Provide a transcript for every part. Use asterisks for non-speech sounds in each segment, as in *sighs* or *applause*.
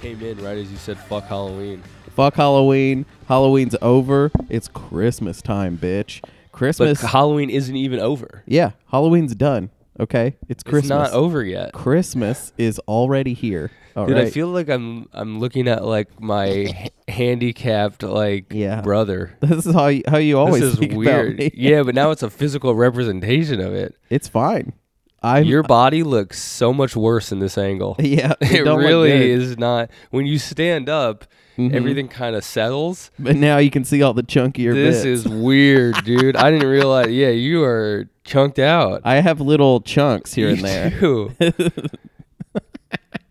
came in right as you said fuck Halloween. Fuck Halloween. Halloween's over. It's Christmas time, bitch. But Christmas. Halloween isn't even over. yeah, Halloween's done. Okay, it's Christmas. It's not over yet. Christmas is already here. All right. *laughs* Dude, I feel like I'm I'm looking at like my *laughs* h- handicapped like Yeah. brother. *laughs* this is how you, how you always this is think weird. about me. *laughs* Yeah, but now it's a physical representation of it. It's fine. I'm. Your body looks so much worse in this angle. *laughs* *laughs* yeah, It don't look good. Mm-hmm. really is not. When you stand up, everything kind of settles. But now you can see all the chunkier This bits. is weird, dude. I didn't realize. Yeah, you are chunked out. I have little chunks here and *laughs* there. *laughs* You do.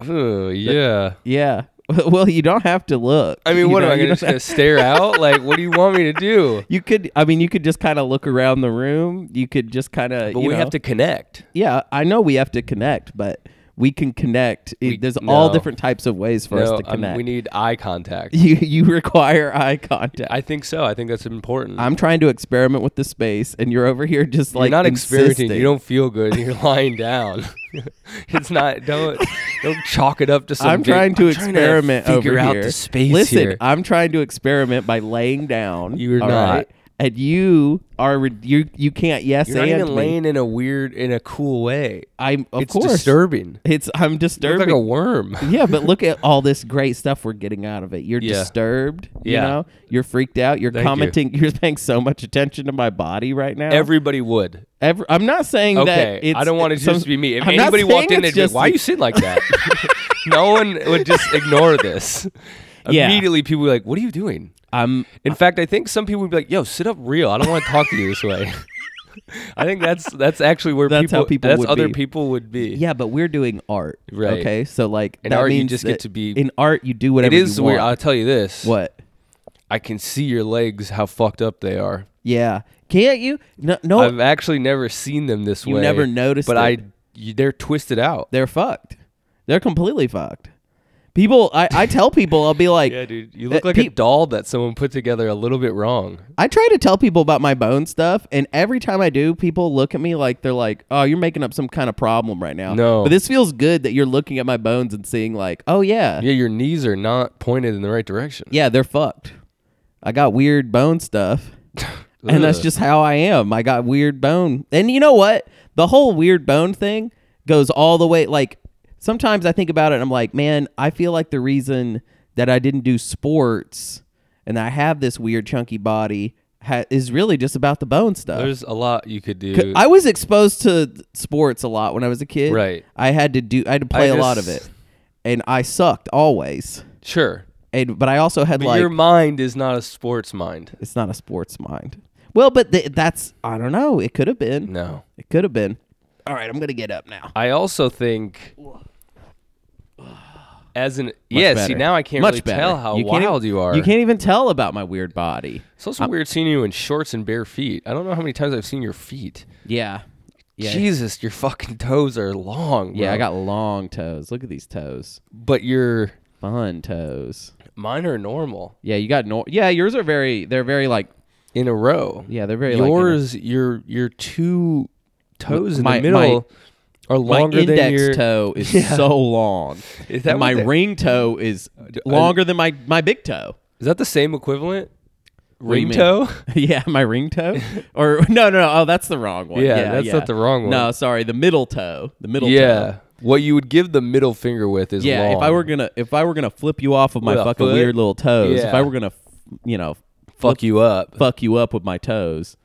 Ooh, yeah. Yeah. *laughs* Well, you don't have to look. I mean, You what know, am I you gonna, don't just gonna stare out? Like, what do you want me *laughs* to do? You could, I mean, you could just kind of look around the room. You could just kind of, But we have to connect. Yeah, I know we have to connect, but we can connect. It- We- There's all no. different types of ways for us No, to I'm- connect. we need eye *laughs* contact. you you require eye contact. I think so. I think that's important. I'm trying to experiment with the space, and you're over here just like you're not experimenting. insisting. You don't feel good. You're *laughs* *laughs* lying down. it's not. Don't don't chalk it up to something. I'm trying to experiment figure over out here. the space Listen, here. I'm trying to experiment by laying down. You're all not. right? and you are re- you you can't yes You're not and even me. laying in a weird, in a cool way. I'm of it's course disturbing. It's I'm You're disturbed. like *laughs* a worm. yeah, but look at all this great stuff we're getting out of it. You're Yeah. disturbed. You Yeah. know, you're freaked out. You're Thank you. commenting. *laughs* You. are paying so much attention to my body right now. Everybody would. Every- I'm not saying Okay, that. It's, I don't want it some- just to be me. If I'm not anybody walked saying in, they'd it's be like, just "Why are you." you sitting *laughs* like that?" no one would just ignore this. Yeah. Immediately, people would be like, "What are you doing?" I'm In fact, I think some people would be like, "Yo, sit up real. I don't want to talk to you this way." *laughs* I think that's that's actually where That's people, how people that's would other be. people would be. Yeah, but we're doing art. Right. Okay. So like In that art, you means just get that to be- in art you do it whatever is you weird. I'll want. tell you this: what? I can see your legs, how fucked up they are. Yeah. Can't you? No, no I've actually never seen them this Oh. You way. never noticed but it. I, you, they're twisted out. they're fucked. They're completely fucked. People I, I tell people I'll be like *laughs* yeah, dude, you look Uh, like pe- a doll that someone put together a little bit wrong. I try to tell people about my bone stuff, and every time I do, people look at me like they're like, "Oh, you're making up some kind of problem right now." No. but this feels good that you're looking at my bones and seeing like, "Oh yeah, yeah, Yeah, your knees are not pointed in the right direction. they're fucked. I got weird bone *laughs* stuff, and that's Ugh. just how I am. I got weird bone, and you know what? The whole weird bone thing goes all the way. Like sometimes I think about it, and I'm like, man, I feel like the reason that I didn't do sports and I have this weird chunky body. Ha- is really just about the bone stuff. There's a lot you could do. I was exposed to sports a lot when I was a kid. Right. I had to do I had to play I a lot of just- it. And I sucked always. sure, And but I also had but like your mind is not a sports mind. it's not a sports mind. Well, but th- that's I don't know. It could have been. No, It could have been. All right, I'm going to get up now. I also think as an yeah. See, better. now I can't Much really better. tell how you can't wild even, you are. You can't even tell about my weird body. It's also weird seeing you in shorts and bare feet. I don't know how many times I've seen your feet. Yeah. Yeah. Jesus, your fucking toes are long. Yeah, I bro. got long toes. Look at these toes. But your Fun toes. mine are normal Yeah, you got no Yeah, yours are very they're very like in a row. yeah, they're very like, in a- Yours, your your two toes in My- the middle are my longer index than your. *laughs* toe is so long. Is that And my what uh, they- ring toe is longer than my, my big toe. Is that the same equivalent? What do you Ring mean? toe. *laughs* yeah, my ring toe? Or *laughs* no, no, no, oh that's the wrong one. Yeah, that's not the wrong one. No, sorry, the middle toe. The middle Yeah. toe. What you would give the middle finger with is Yeah, long. if I were gonna if I were gonna flip you off of my With a fucking foot? weird little toes, if Yeah. I were gonna you know, fuck you up. fuck you up with my toes,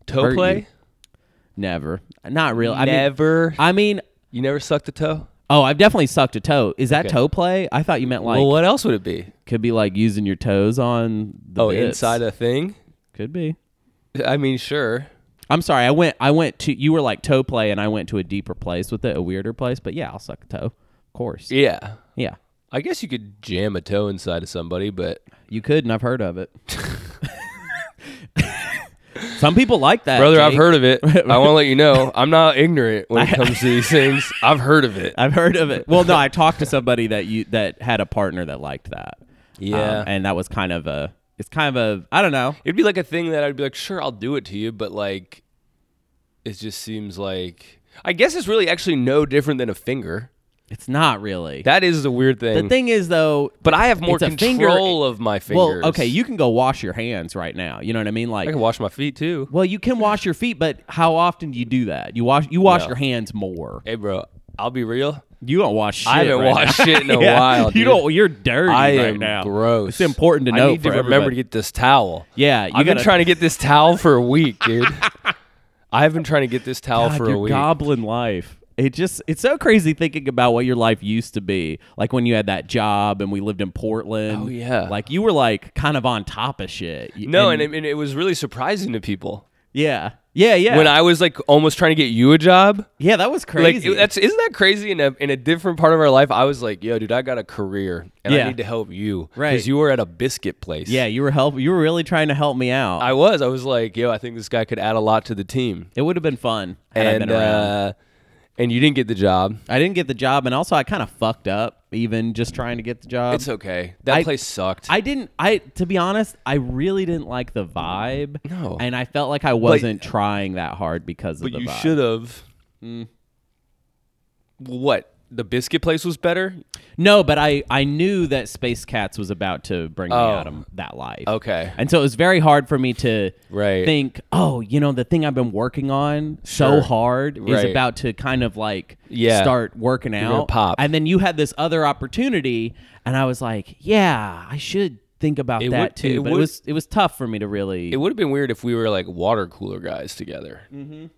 hurt Toe you. play? never. Not real. I mean never. I mean you never sucked a toe. oh, I've definitely sucked a toe. Is that Okay. toe play? I thought you meant like well, what else would it be? could be like using your toes on the Oh, bits. inside a thing. could be. I mean, sure. I'm sorry. I went. I went to. You were like toe play, and I went to a deeper place with it, a weirder place. But yeah, I'll suck a toe. Of course. Yeah. Yeah, I guess you could jam a toe inside of somebody, but you could, and I've heard *laughs* of it. Some people like that, brother, I've Jake. heard of it. *laughs* I want to let you know I'm not ignorant *laughs* when it comes to these things. I've heard of it. I've heard of it. Well, no, I talked to somebody that you that had a partner that liked that. Um, Yeah. and that was kind of a. It's kind of a. I don't know. It'd be like a thing that I'd be like, sure, I'll do it to you, but like, it just seems like I guess it's really actually no different than a finger. It's not really. That is the weird thing. the thing is though, but I have more it's a control finger- of my fingers. well, okay, you can go wash your hands right now. You know what I mean? I Like can wash my feet too. well, you can wash your feet, but how often do you do that? You wash you wash No. your hands more. Hey, bro, I'll be real. You don't wash shit. I haven't right washed now. *laughs* shit *laughs* in a Yeah. while, You dude. don't you're dirty I right am now. It's gross. important to I know need to for remember everybody. to get this towel. Yeah, you I've been gotta- trying to get this towel for a week, *laughs* dude. I've been trying to get this towel God, for a your week. goblin life. It just it's so crazy thinking about what your life used to be. Like when you had that job and we lived in Portland. Oh, yeah. Like you were like kind of on top of shit. Y- no, and, I mean, it was really surprising to people yeah. Yeah, yeah. when I was like almost trying to get you a job. yeah, that was Like crazy. it- that's isn't that crazy? In a in a different part of our life, I was like, "Yo, dude, I got a career, and I Yeah. need to help you Right. because you were at a biscuit place." yeah, you were help you were really trying to help me out. I was. I was like, "Yo, I think this guy could add a lot to the team," it would have been fun had I and been around. uh, and you didn't get the job. I didn't get the job and also I kind of fucked up even just trying to get the job. It's okay. That I- place sucked. I didn't I to be honest, I really didn't like the vibe. No. And I felt like I wasn't trying that hard because but of the you vibe. should have. Hmm. What the biscuit place was better? No, but I, I knew that Space Cats was about to bring me Oh. out of that life. Okay. And so it was very hard for me to Right. think, oh, you know, the thing I've been working on so Sure. hard is Right. about to kind of like Yeah. start working gonna out. pop. And then you had this other opportunity, and I was like, yeah, I should think about It that would- too. it but it would- was it was tough for me to really. It would have been weird if we were like water cooler guys together. Mm.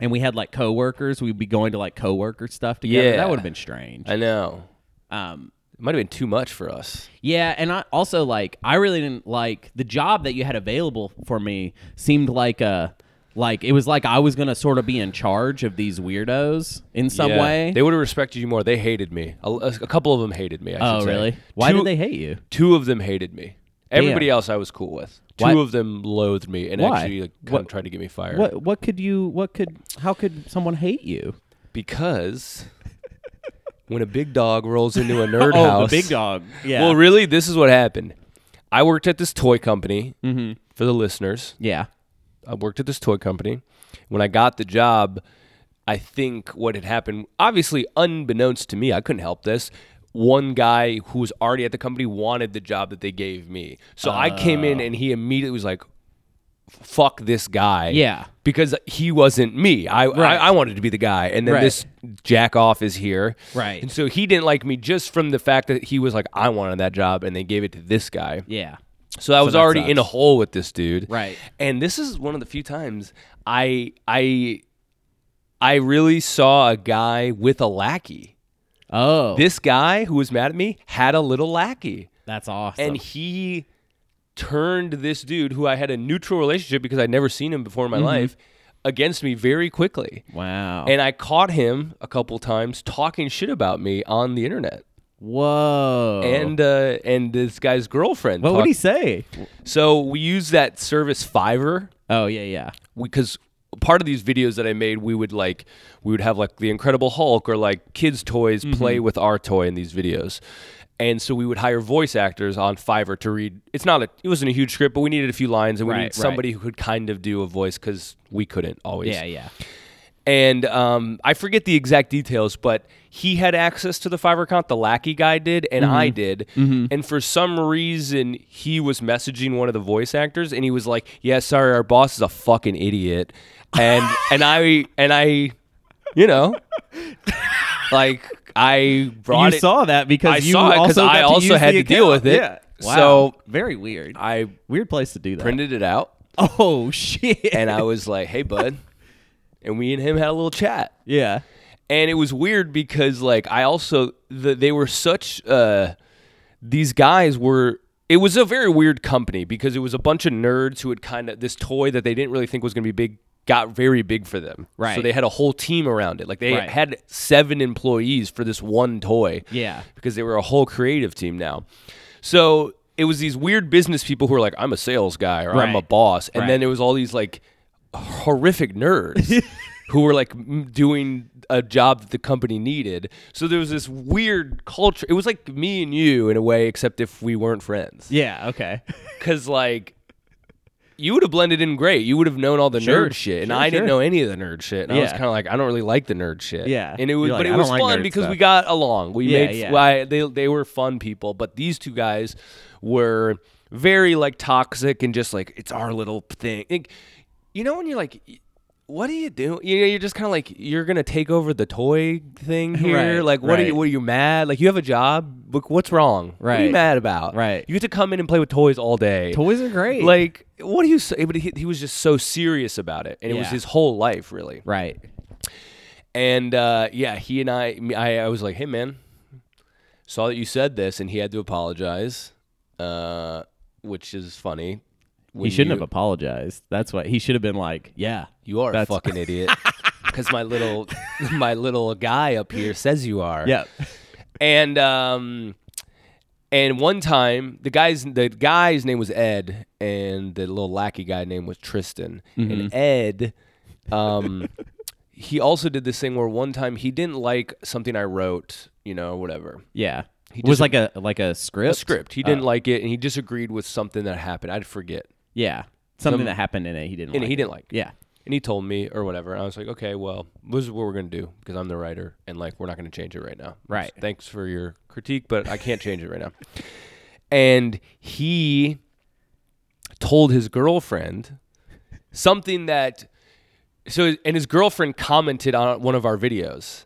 and we had like coworkers. We'd be going to like coworker stuff together. Yeah. That would have been strange. I know. Um, It might have been too much for us. Yeah, and I also like I really didn't like the job that you had available for me seemed like a like it was like I was gonna sort of be in charge of these weirdos in some Yeah. way. They would have respected you more. They hated me. A, a couple of them hated me. I should oh say. really? Why two, did they hate you? Two of them hated me. Everybody else I was cool with. Two Why- of them loathed me and Why? actually like, kind What- of tried to get me fired. What what could you what could how could someone hate you? Because when a big dog rolls *laughs* into a nerd Oh, house, the big dog. Yeah. Well, really, this is what happened. I worked at this toy company Mm-hmm. for the listeners. yeah. I worked at this toy company. When I got the job, I think what had happened, obviously unbeknownst to me, I couldn't help this. One guy who was already at the company wanted the job that they gave me. So I came in and he immediately was like, fuck this guy. Yeah. Because he wasn't me. I, Right. I, I wanted to be the guy. And then Right. this jack off is here. Right. And so he didn't like me just from the fact that he was like, I wanted that job and they gave it to this guy. Yeah. So I was that already in sucks. a hole with this dude. Right. And this is one of the few times I I I really saw a guy with a lackey. Oh This guy who was mad at me had a little lackey. that's awesome. And he turned this dude who I had a neutral relationship because I'd never seen him before in Mm-hmm. my life against me very quickly. wow. And I caught him a couple times talking shit about me on the internet. Whoa. And uh, and this guy's girlfriend. what talked- would he say? so we use that service Fiverr Oh yeah, yeah. because part of these videos that I made, we would like we would have like the Incredible Hulk or like kids' toys Mm-hmm. play with our toy in these videos. And so we would hire voice actors on Fiverr to read. It's not a, it wasn't a huge script, but we needed a few lines, and we Right, needed right. somebody who could kind of do a voice because we couldn't always. Yeah, yeah. And um, I forget the exact details, but he had access to the Fiverr account. The lackey guy did, and I Mm-hmm. did. And for some reason, he was messaging one of the voice actors, and he was like, "Yeah, sorry, our boss is a fucking idiot." *laughs* And and I and I, you know, like I brought you it. saw that because I you saw it 'cause also I got to also use had the to deal account. with it. Yeah. Wow. So- very weird. I weird place to do that. printed it out, *laughs* oh shit. and I was like, "Hey, bud," and we and him had a little chat. yeah. and it was weird because like I also the, they were such uh these guys were it was a very weird company because it was a bunch of nerds who had kind of this toy that they didn't really think was going to be big got very big for them so Right. they had a whole team around it like they Right. had seven employees for this one toy Yeah. because they were a whole creative team now so it was these weird business people who were like i'm a sales guy or i'm a Right. boss and Right. then it was all these like horrific nerds who were like m- doing a job that the company needed. So there was this weird culture. It was like me and you in a way, except if we weren't friends. Yeah. Okay. Because like you would have blended in great. You would have known all the Sure. nerd shit, and Sure, I didn't sure. know any of the nerd shit. And I was Yeah. kind of like, I don't really like the nerd shit. Yeah. and it was, You're but like, it "I was don't like fun nerd because we stuff." got along. We Yeah, made yeah. why they they were fun people, but these two guys were very like toxic and just like it's our little thing. Like, you know when you're like. What are you doing? You know, you're just kind of like you're gonna take over the toy *laughs* thing here. Right, like, what are you? right. What are you mad? Like, you have a job. Like, what's wrong? What are you Right. mad about? Right. You get to come in and play with toys all *laughs* day. Toys are great. Like, what do you say? But he, he was just so serious about it, and it was Yeah. his whole life, really. right. And uh, yeah, he and I, me- I, I was like, hey man, saw that you said this, and he had to apologize, uh, which is funny. He when shouldn't you- have apologized. That's what he should have been like. Yeah. You are a That's- *laughs* fucking idiot. Because my little, *laughs* my little guy up here says you are. Yeah. and um and one time the guy's the guy's name was Ed and the little lackey guy name was Tristan and Ed um he also did this thing where one time he didn't like something I wrote you know whatever *laughs* Yeah. He was like a like a script. a script he didn't like it and he disagreed with something that happened I'd forget Yeah. Something that happened in it he didn't and like. he didn't like yeah. and he told me or whatever and I was like okay well this is what we're gonna do because I'm the writer and like we're not gonna change it right now Right. thanks for your critique but I can't change it right now *laughs* and he told his girlfriend something that so and his girlfriend commented on one of our videos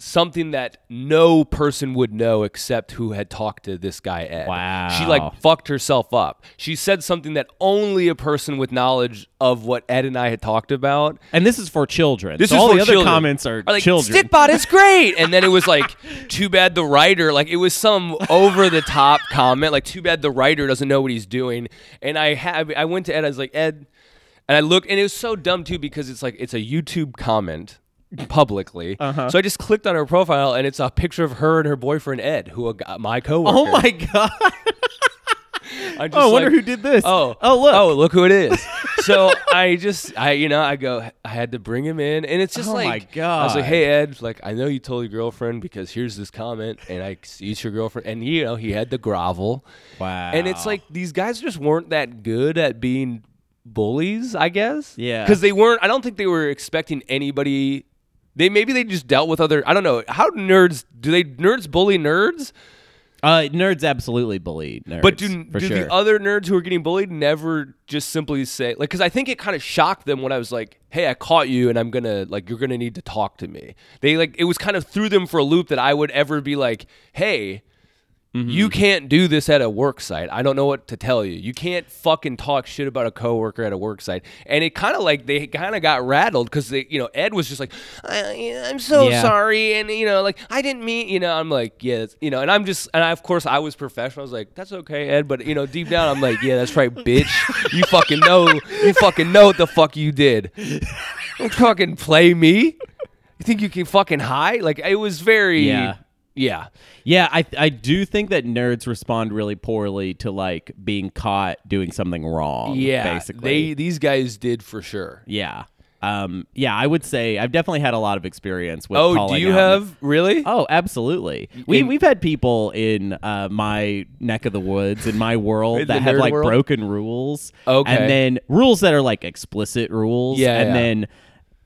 something that no person would know except who had talked to this guy Ed. Wow. She like fucked herself up. She said something that only a person with knowledge of what Ed and I had talked about And this is for children. this so is all for the other children. comments are, like, children. Stickbot is great, and then it was like, *laughs* too bad the writer. Like it was some over the top comment. Like too bad the writer doesn't know what he's doing. And I have I went to Ed. I was like Ed, and I looked, and it was so dumb too because it's like it's a YouTube comment publicly. Uh-huh. So I just clicked on her profile, and it's a picture of her and her boyfriend Ed, who a, gu- my *laughs* coworker. Oh my *laughs* god. I just Oh, I wonder like- who did this. Oh, Oh look. Oh, look who it is. *laughs* so I just, I, you know, I go, I had to bring him in, and it's just Oh my like, I was like, God. hey Ed, like I know you told your girlfriend because here's this comment, and I see it's your girlfriend, and you know he had to grovel, Wow. and it's like these guys just weren't that good at being bullies, I guess. Yeah. Because they weren't. I don't think they were expecting anybody. They maybe they just dealt with other. I don't know how do nerds do they nerds bully nerds. uh, nerds absolutely bully nerds. But do, for do sure. the other nerds who are getting bullied never just simply say like because I think it kind of shocked them when I was like, "Hey, I caught you, and I'm gonna like you're gonna need to talk to me." They like it was kind of threw them for a loop that I would ever be like, "Hey, you Mm-hmm. can't do this at a work site. I don't know what to tell you. You can't fucking talk shit about a coworker at a work site." And it kind of like they kind of got rattled because they you know Ed was just like, I, "I'm so Yeah. sorry," and you know like I didn't mean you know I'm like yeah that's, you know and I'm just and I, of course I was professional. I was like, "That's okay, Ed," but you know deep down I'm like, "Yeah, that's right, bitch. You fucking know you fucking know what the fuck you did. Don't fucking play me." You think you can fucking hide? Like it was very, Yeah. yeah. Yeah, I I do think that nerds respond really poorly to like being caught doing something wrong. Yeah, basically. they these guys did for sure. yeah. Um. Yeah, I would say I've definitely had a lot of experience with. Oh, do calling you out- have really? Oh, absolutely. We In- we've had people in uh, my neck of the woods in my In world the that have nerd like world? broken rules. Okay. and then rules that are like explicit rules. Yeah, and yeah. then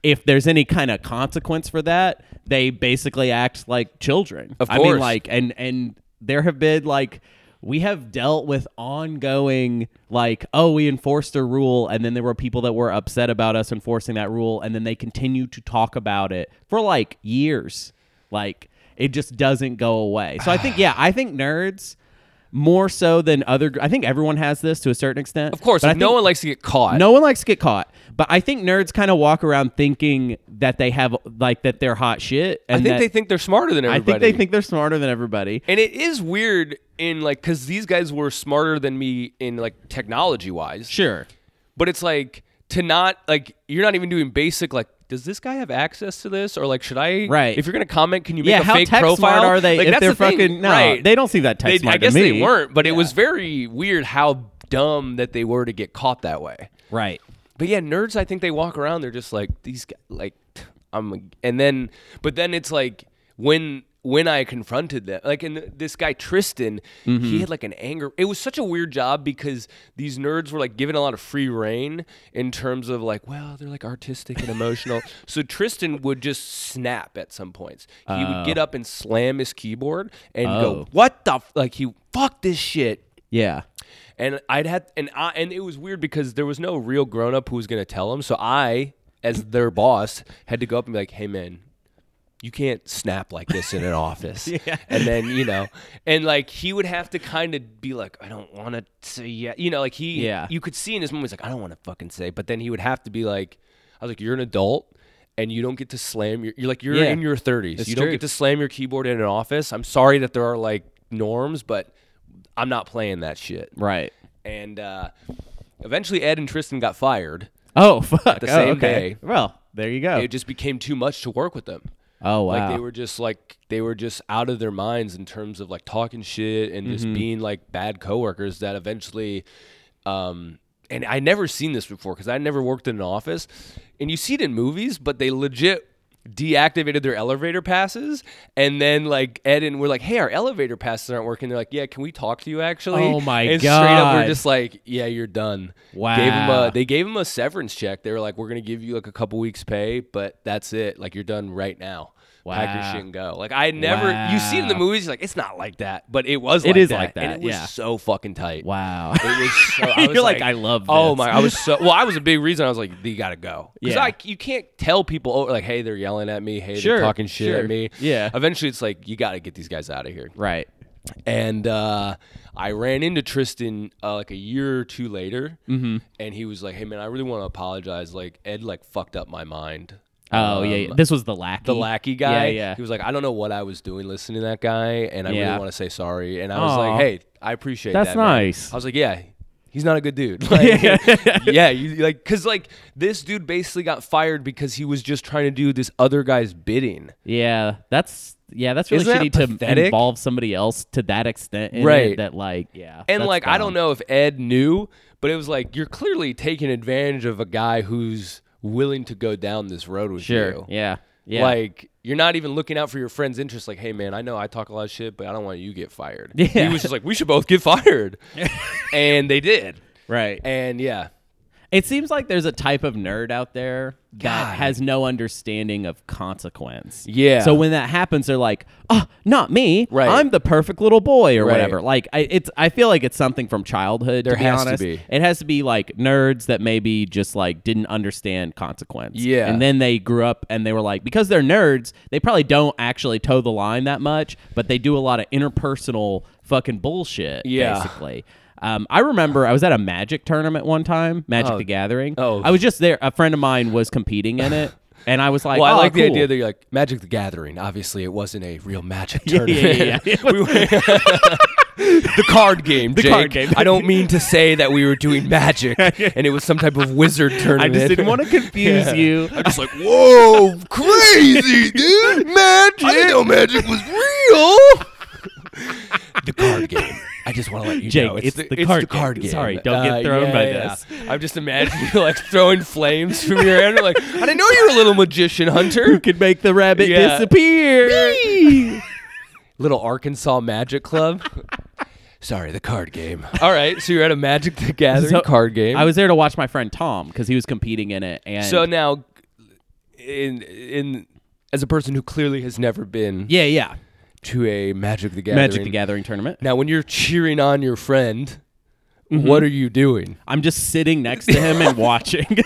if there's any kind of consequence for that, they basically act like children. Of I mean, course. like and and there have been like. We have dealt with ongoing, like, oh, we enforced a rule, and then there were people that were upset about us enforcing that rule, and then they continue to talk about it for like years. Like, it just doesn't go away. So I *sighs* think, yeah, I think nerds more so than other. gr- I think everyone has this to a certain extent. of course, but I no think- one likes to get caught. no one likes to get caught. But I think nerds kind of walk around thinking that they have like that they're hot shit. I And think that- they think they're smarter than I think everybody. they think they're smarter than everybody. and it is weird in like because these guys were smarter than me in like technology wise. Sure. but it's like to not like you're not even doing basic like. Does this guy have access to this, or like, should I? Right. If you're gonna comment, can you make Yeah. a How fake tech profile? smart are they? Like, if that's they're the thing, fucking no, right. they don't see that tech They- smart. I to guess me. they weren't, but it was very weird how dumb that they were to get caught that way. Right. But yeah, nerds. I think they walk around. They're just like these. Guys, like I'm. a- And then, but then it's like when when I confronted them, like, and this guy Tristan, he had like an anger. It was such a weird job because these nerds were like given a lot of free reign in terms of like, well, they're like artistic and emotional. so Tristan would just snap at some points. He would get up and slam his keyboard and Oh. go, "What the f-? like? He fuck this shit." Yeah. And I'd had and I and it was weird because there was no real grown up who was gonna tell him. So I, as their boss, had to go up and be like, "Hey, man." You can't snap like this *laughs* in an office. And then, you know, and like he would have to kind of be like, I don't want to say yet. You know, like he, Yeah. you could see in his moment, he's like, I don't want to fucking say. But then he would have to be like, I was like, you're an adult and you don't get to slam your, you're like, you're Yeah. in your 30s. It's you true. don't get to slam your keyboard in an office. I'm sorry that there are like norms, but I'm not playing that shit Right. and uh, eventually Ed and Tristan got fired. *laughs* Oh fuck. The Oh, same okay. day. Well, there you go. It just became too much to work with them. oh wow. Like they were just like they were just out of their minds in terms of like talking shit and Mm-hmm. just being like bad coworkers that eventually um and I never seen this before cuz I never worked in an office and you see it in movies but they legit deactivated their elevator passes and then like Ed and we're like hey our elevator passes aren't working they're like yeah can we talk to you actually Oh, my and straight up God. we're just like yeah you're done Gave 'em Wow. a, they gave him a severance check. They were like, "We're gonna give you like a couple weeks pay, but that's it. Like you're done right now. Pack your Wow. shit and go." Like I never, you see it in the Wow. movies, you're like it's not like that, but it was. It like is that. like and that, it was yeah. so fucking tight. *laughs* wow. It was. So, I was You're like, "I love Oh this." my! I was so well. I was a big reason. I was like, you gotta go because Yeah. you can't tell people oh, like, hey, they're yelling at me. Hey, Sure, they're talking shit sure. at me. Yeah. Eventually, it's like you gotta get these guys out of here. *laughs* right. And uh, I ran into Tristan uh, like a year or two later, Mm-hmm. and he was like, "Hey man, I really want to apologize. Like Ed like fucked up my mind. Oh yeah, yeah. Um, This was the lackey. the lackey guy. Yeah, yeah. He was like, I don't know what I was doing listening to that guy, and I Yeah. really want to say sorry. And I was Aw. like, Hey, I appreciate That's that. man." nice. I was like, Yeah, he's not a good *laughs* dude. Like, *laughs* yeah, you like because like this dude basically got fired because he was just trying to do this other guy's bidding. Yeah, that's yeah, that's really Isn't shitty that to pathetic? involve somebody else to that extent. in it Right. that like yeah, And that's like I don't dumb. know if Ed knew, but it was like you're clearly taking advantage of a guy who's willing to go down this road with Sure. you. Yeah. Yeah. Like you're not even looking out for your friend's interests. Like, hey man, I know I talk a lot of shit, but I don't want you to get fired. *laughs* Yeah. He was just like, we should both get *laughs* fired, and they did. right. And yeah, It seems like there's a type of nerd out there that God. has no understanding of consequence. Yeah. So when that happens, they're like, "Oh, not me! Right. I'm the perfect little boy, or Right. whatever." Like, I, it's I feel like it's something from childhood. There to be has to honest. be. It has to be like nerds that maybe just like didn't understand consequence. Yeah. And then they grew up and they were like, because they're nerds, they probably don't actually toe the line that much, but they do a lot of interpersonal fucking bullshit. Yeah. Basically. Um, I remember I was at a magic tournament one time, Magic the Gathering. Oh. I was just there. A friend of mine was competing in *laughs* it, and I was like, well, I "Oh, like the cool." idea that you're like Magic the Gathering. Obviously, it wasn't a real Magic *laughs* Yeah, yeah, tournament. yeah, yeah. *laughs* We were- the *laughs* card game, the card game. I don't mean to say that we were *laughs* doing magic and it was some type of wizard I tournament. just didn't want to confuse you. *laughs* I'm just like, whoa, *laughs* crazy, dude! Magic. I didn't know magic was real. the card game. I just want to let you Jake, know it's the card game. Sorry, don't get thrown by this. Uh, I'm just imagining you like throwing flames from your hand. You're like, I didn't know you were a little magician *laughs* *laughs* hunter. Who could make the rabbit Yeah. disappear? Little Arkansas Magic Club. Sorry, the card game. All right, so you're at a Magic the *laughs* Gathering So, card game. I was there to watch my friend Tom because he was competing in it, and so now, in in as a person who clearly has never been yeah, yeah, to a Magic the Gathering. Magic the Gathering tournament. Now, when you're cheering on your friend, Mm-hmm. what are you doing? I'm just sitting next to him *laughs* and watching. *laughs*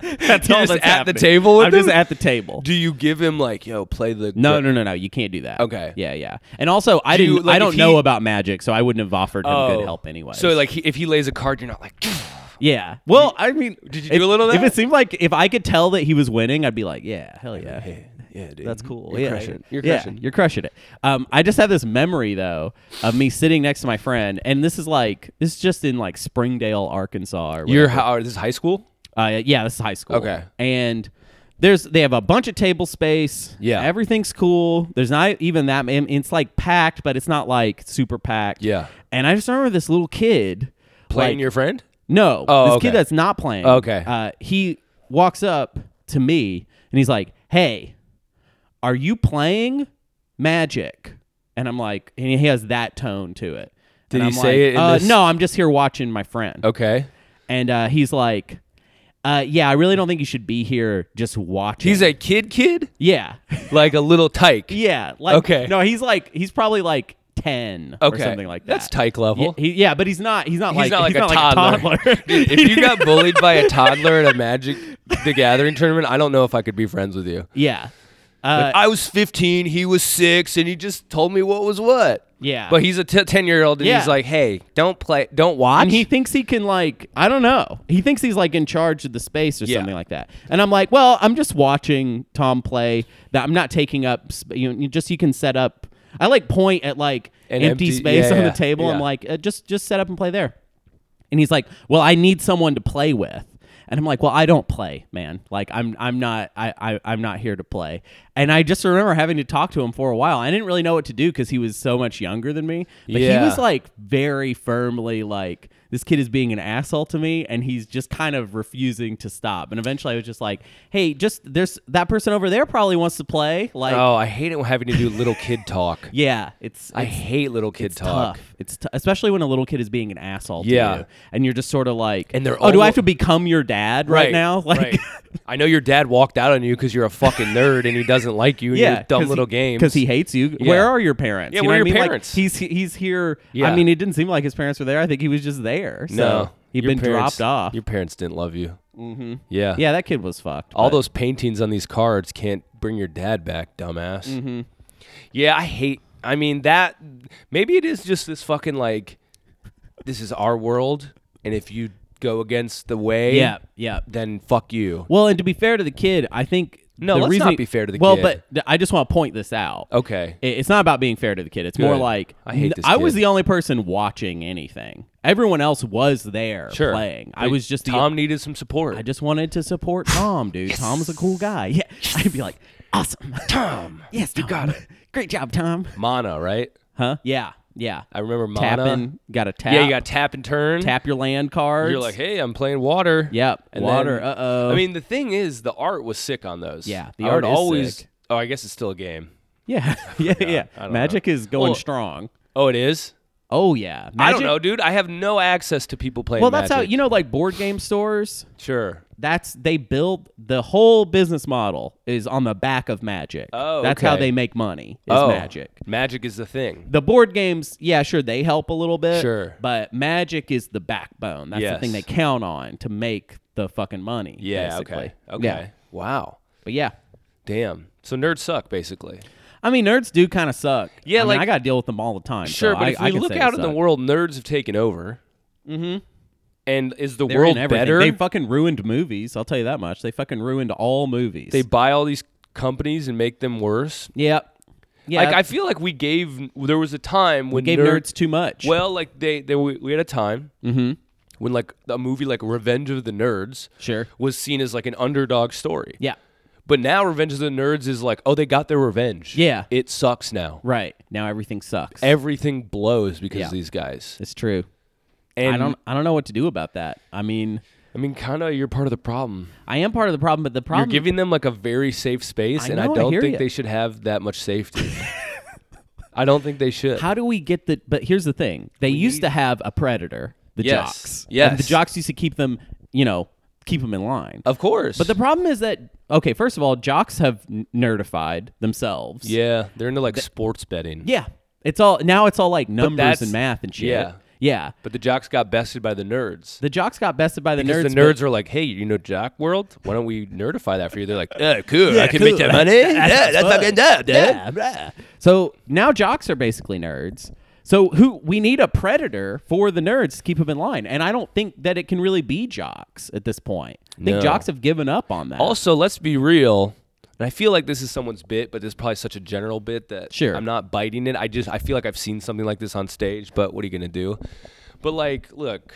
that's You're all that's just at the happening. table with I'm just him? at the table. Do you give him like, yo, play the No, no, no, no. You can't do that. Okay. Yeah, yeah. And also, I Do you- didn't. like, I if don't he- know about magic, so I wouldn't have offered him good Oh. help anyway. So like, he, if he lays a card, you're not like, *laughs* yeah. Well, I mean, did you if, do a little of If that? it seemed like if I could tell that he was winning, I'd be like, yeah, hell yeah. yeah, dude, That's cool. You're yeah, crushing. it. You're yeah, crushing. it. You're crushing it. Um, I just have this memory though of me sitting next to my friend, and this is like this is just in like Springdale, Arkansas. Or You're whatever. how? This is high school. Uh, yeah, this is high school. Okay. And there's they have a bunch of table space. Yeah. Everything's cool. There's not even that. and It's like packed, but it's not like super packed. Yeah. And I just remember this little kid Playing like- your friend. no. Oh, this okay. kid that's not playing. Okay. Uh, he walks up to me and he's like, "Hey, are you playing magic. And I'm like, and he has that tone to it. Did And he I'm say like, it in uh, this- No, I'm just here watching my friend. Okay. And uh, he's like, uh, yeah, I really don't think you should be here just watching. He's a kid kid? yeah, *laughs* Like a little tyke. yeah. Like, Okay. No, he's like, he's probably like ten or Okay. something like that. That's tyke level. Yeah, he- yeah, but he's not. He's not like. He's not like he's a not toddler. Like *laughs* a toddler. Dude, *laughs* if you got bullied by a toddler at a Magic the Gathering tournament, I don't know if I could be friends with you. yeah. Uh, Like, I was 15, he was six, and he just told me what was what. Yeah. But he's a t- 10 year old, and Yeah. he's like, hey, don't play, don't watch. and he thinks he can like I don't know. He thinks he's like in charge of the space or Yeah. something like that. And I'm like, well, I'm just watching Tom play. That I'm not taking up. Sp- you, know, you just you can set up. I like point at like An empty, empty- space yeah, on yeah, the table. I'm yeah. like, uh, just just set up and play there. And he's like, well, I need someone to play with. And I'm like, well, I don't play, man. Like I'm I'm not I, I I'm not here to play. And I just remember having to talk to him for a while. I didn't really know what to do because he was so much younger than me. But he Yeah. was like like very firmly like this kid is being an asshole to me and he's just kind of refusing to stop and eventually i was just like hey just there's that person over there probably wants to play like oh, I hate it having to do little kid *laughs* talk. yeah it's, I it's hate little kid talk. tough it's t- especially when a little kid is being an asshole to Yeah. you and you're just sort of like And they're oh do i almo- have to become your dad right, now *laughs* like right. I know your dad walked out on you because you're a fucking nerd and he doesn't like you and your dumb little games. because he hates you. Yeah. Where are your parents? Yeah, You know where are what I your mean? Like, parents? he's he's here. I Yeah. mean, it didn't seem like his parents were there. I think he was just there. So no, he'd your been parents- dropped off. Your parents didn't love you. Mm-hmm. Yeah, Yeah, that kid was fucked. All but- those paintings on these cards can't bring your dad back, dumbass. Mm-hmm. Yeah, I hate. I mean that. Maybe it is just this fucking like, this is our world, and if you go against the way, Yeah, yeah. then fuck you. Well, and to be fair to the kid, I think No, the let's reason not he- be fair to the well, kid. but th- I just want to point this out. Okay. I- It's not about being fair to the kid. It's more Good. like I hate n- this I was kid. the only person watching anything. Everyone else was there Sure. playing. I But was just the Tom needed some support. I just wanted to support Tom, dude. Tom's a cool guy. *laughs* Yeah, I'd be like, *laughs* awesome, Tom. yes, Tom. you got it. *laughs* Great job, Tom. Mana, right? Huh? Yeah, yeah. I remember Mana. Tapping, got to tap. Yeah, you got tap and turn. tap your land cards. You're like, hey, I'm playing water. Yep, And water, then- uh-oh. *laughs* I mean, the thing is, the art was sick on those. Yeah, the I art would is always. sick. Oh, I guess it's still a game. yeah, *laughs* yeah, I yeah. don't Magic is going Well- strong. Oh, it is. Oh yeah, Magic, I don't know, dude. I have no access to people playing. Well, that's how Magic. you know, like board game stores. Sure. That's they build the whole business model is on the back of Magic. Oh, that's how okay. they make money. Is oh, Magic. Magic is the thing. The board games, yeah, sure, they help a little bit. Sure. but Magic is the backbone. That's the Yes. thing they count on to make the fucking money. Yeah. basically. Okay. Okay. Yeah. Wow. but yeah. Damn. So nerds suck, basically. I mean, nerds do kind of suck. Yeah, I mean, like- I got to deal with them all the time. so Sure, but I- if I we can look say out they in the suck. world, nerds have taken over. Mm-hmm. And is the They're in world everything. better? They fucking ruined movies. I'll tell you that much. They fucking ruined all movies. they buy all these companies and make them worse. Yep. Yeah. Like I feel like we gave there was a time when gave nerds, nerds Mm-hmm. too much. well like they they we we had a time when like a movie like Revenge of the Nerds Sure. was seen as like an underdog story. yeah. But now Revenge of the Nerds is like, oh, they got their revenge. Yeah. It sucks now. Right. Now everything sucks. Everything blows because Yeah. of these guys. it's true. And I don't I don't know what to do about that. I mean, I mean, kind of, you're part of the problem. I am part of the problem, but the problem You're giving them like a very safe space, Um, I and know, I I don't hear think ya. they should have that much *laughs* safety. I don't think they should. how do we get the but here's the thing. They used to have a predator, the Yes. jocks. And the Yes. jocks used to keep them, you know, keep them in line. of course. But the problem is that okay, first of all, jocks have n- nerdified themselves. yeah, they're into like sports betting. Yeah. It's all now it's all like numbers that's- and math and shit. yeah. Yeah. But the jocks got bested by the nerds. The jocks got bested by the Because nerds. the but- nerds are like, hey, you know Jock World? Why don't we nerdify that for you? They're like, *laughs* yeah, cool. I can cool. make that money. yeah, that's fucking dope, dude. Yeah, blah. So now jocks are basically nerds. So who we need a predator for the nerds to keep them in line, and I don't think that it can really be jocks at this point. I think No. jocks have given up on that. Also, let's be real. And I feel like this is someone's bit, but this is probably such a general bit that Sure. I'm not biting it. I just I feel like I've seen something like this on stage, but what are you gonna do? But like, look,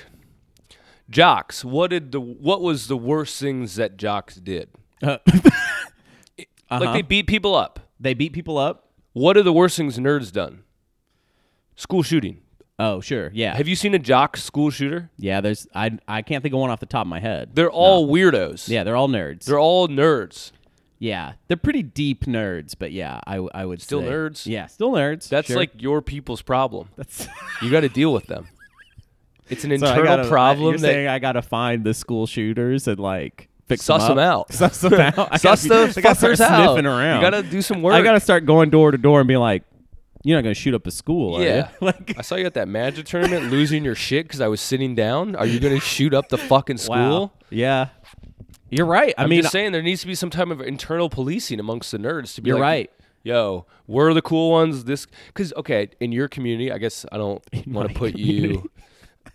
jocks. What did the what was the worst things that jocks did? Uh, *laughs* Uh-huh. Like they beat people up. they beat people up. What are the worst things nerds done? School shooting. Oh sure, yeah, Have you seen a jock school shooter? yeah. There's I I can't think of one off the top of my head. They're all weirdos. yeah, they're all nerds. They're all nerds. Yeah, they're pretty deep nerds, but yeah, I, w- I would Still say- nerds? Yeah, still nerds. That's sure. like your people's problem. *laughs* *laughs* that's You got to deal with them. It's *laughs* an So I internal gotta- problem You're that saying I gotta find the school shooters and like fix Suss 'em up? *laughs* out. Suss them out. I suss gotta be- those I gotta start fuckers out. Sniffing around. You got to do some work. I gotta start going door to door and be like, "You're not gonna shoot up a school, are you?" Yeah. *laughs* Like, I saw you at that magic tournament losing your shit because I was sitting down. Are *laughs* you going to shoot up the fucking school? wow. Yeah, you're right. I I'm mean, just saying there needs to be some type of internal policing amongst the nerds to be You're like, right. Yo, we're the cool ones. This because okay, in your community, I guess *laughs* I don't want to put you. *laughs*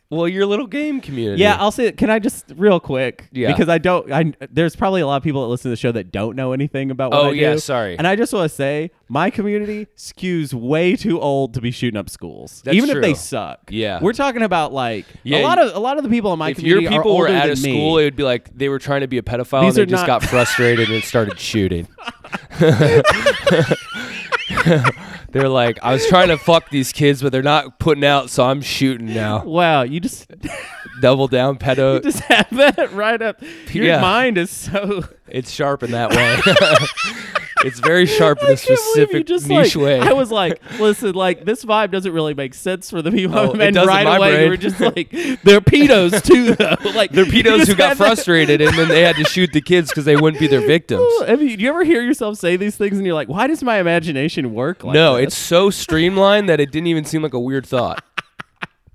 Well, your little game community. Yeah, I'll say. Can I just real quick? Yeah. Because I don't. I there's probably a lot of people that listen to the show that don't know anything about. What Oh, I yeah, do. sorry. And I just want to say my community skews way too old to be shooting up schools, That's even if they true. suck. Yeah. we're talking about like a Yeah, lot of a lot of the people in my if your community are people were older out than of me. school, it would be like they were trying to be a pedophile These and are they just not- got frustrated and started shooting. *laughs* they're like, I was trying to fuck these kids, but they're not putting out, so I'm shooting *laughs* now. Wow, you just Double down pedo. just have that right up. Your Yeah. mind is so. It's sharp in that way. *laughs* it's very sharp *laughs* in I a can't believe you specific just niche like, way. I was like, listen, like this vibe doesn't really make sense for the people. Oh, it and does in right my away, brain. we were just *laughs* like, they're pedos too, though. Like they're you pedos who just got had that- frustrated and then they had to shoot the kids because they wouldn't *laughs* be their victims. I mean, do you ever hear yourself say these things and you're like, why does my imagination work? like no, this? it's so streamlined that it didn't even seem like a *laughs* weird thought.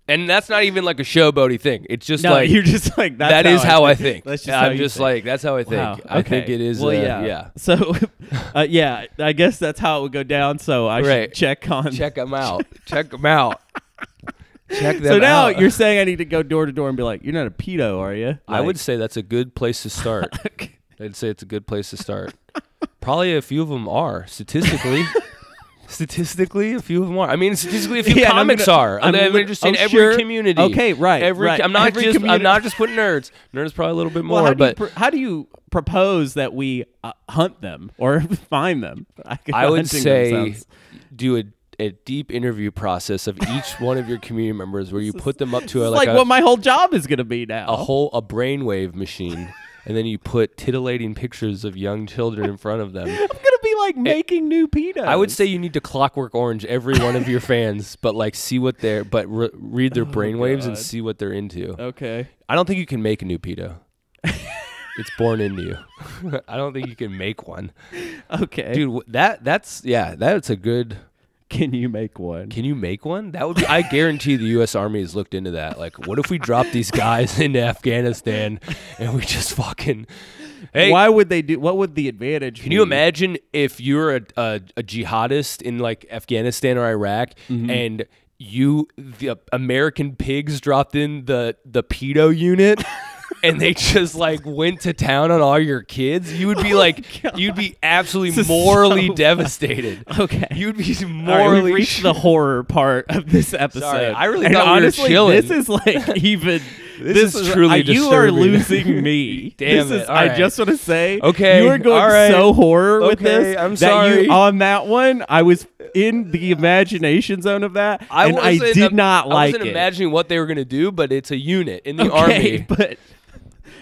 and that's not even like a showboaty thing. It's just no, like you're just like that's that is how I think. That's just how I'm you just think. like that's how I think. Wow, I think okay. it is. Well, uh, yeah, yeah. *laughs* So, uh, yeah, I guess that's how it would go down. So I Right. should check on. Check them out. Check *laughs* them out. Check them so now out. you're saying I need to go door to door and be like, you're not a pedo, are you? I would say that's a good place to start. would. I'd say it's a good place to start. Probably a few of them are statistically. *laughs* statistically, a few of them are. I mean, statistically, a few Yeah, and I'm comics gonna- are. I'm I'm, gonna- just oh, saying every sure. community. Okay, right, Every. right. I'm not Every just. communi- I'm not just putting nerds. Nerds probably a little bit more, Well, how do, you but pr- how do you propose that we uh, hunt them or *laughs* find them? *laughs* I would Hunting them say sounds- do a, a deep interview process of each one of your community members where you put them up to a, it's like, like, a, Oh. what my whole job is going to be now. a whole a brainwave machine, and then you put titillating pictures of young children in front of them. I'm going to be like making new peanuts. I would say you need to clockwork orange every one of your fans, but like see what they're but re- read their brainwaves and God. see what they're into. Okay. I don't think you can make a new pedo. it's born into you. *laughs* I don't think you can make one, Okay. dude. wh- That that's yeah. That's a good. can you make one? Can you make one? That would be. I guarantee the U.S. Army has looked into that. Like, what if we drop these guys *laughs* into Afghanistan and we just fucking? Hey, Why would they do? What would the advantage? can you imagine if you're a, a, a jihadist in like Afghanistan or Iraq Mm-hmm. and you the American pigs dropped in the the *laughs* pedo unit and they just like went to town on all your kids? You would be like you'd be absolutely Oh This is so morally bad. devastated. Okay. You'd be All right, morally we reached *laughs* the horror part of this episode. I really and thought we were honestly, chilling. This is *laughs* like even. This is truly I- you are disturbing. losing *laughs* me. Damn this it, is- all I right. just want to say, Okay, you are going all right. so horror with Okay, this. I'm That sorry. you on that one, I was in the imagination zone of that, *laughs* I and I wasn't did im- not I like wasn't it. imagining what they were gonna do, but it's a unit in the *laughs* okay, *laughs* army. but.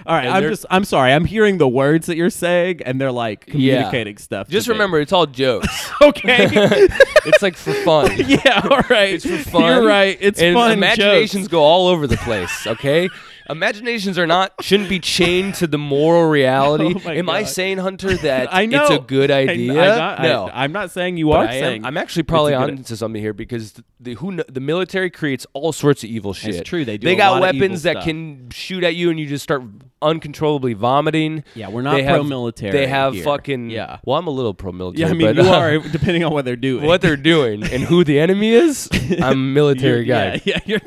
All right, And I'm they're- just I'm sorry. I'm hearing the words that you're saying and they're like Yeah. communicating stuff. to Just me. remember, it's all jokes. *laughs* Okay. it's like for fun. *laughs* yeah, all right. It's for fun. You're right. It's and fun. Imaginations jokes. go all over the place. Okay, imaginations are not shouldn't be chained to the moral reality. *laughs* Oh my Am I God. *laughs* saying, Hunter, that I know it's a good I- I'm idea? not- I, no. am not saying you But are I saying. am, I'm actually probably it's a on good- to something here because the, the who kn- the military creates all sorts of evil shit. true, they do They a got lot of evil weapons that stuff. can shoot at you, and you just start uncontrollably vomiting. Yeah, we're not They have- pro-military They have here. fucking Yeah. Well, I'm a little pro *laughs* military. yeah, I mean, but, *laughs* you are depending on what they're doing. what they're doing and who the enemy *laughs* is. I'm a You're- military guy. Yeah, yeah, *laughs* you're,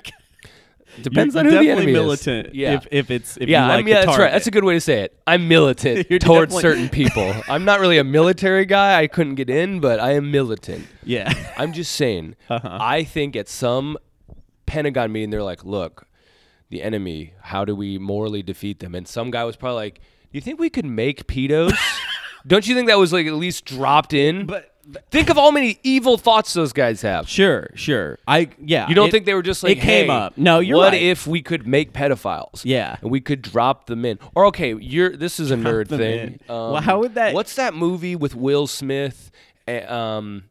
Depends you're on who the definitely enemy militant is. Yeah. If, if it's if yeah, you like I'm, the yeah, that's right. target. That's a good way to say it. I'm militant *laughs* You're towards definitely- *laughs* certain people. I'm not really a military guy. I couldn't get in, but I am militant. yeah. *laughs* Uh-huh. I'm just saying. I think at some Pentagon meeting, they're like, "Look, the enemy. How do we morally defeat them?" And some guy *laughs* was probably like, "Do you think we could make pedos?" Don't you think that was like at least dropped in? But Think of how many evil thoughts those guys have. Sure, sure. I yeah. You don't it- think they were just like it came "Hey, up? No, you're What right. if we could make pedophiles? Yeah. and we could drop them in. Or okay, you're this is a nerd them thing. Um, in. Well, how would that- What's that movie with Will Smith? eh, Um,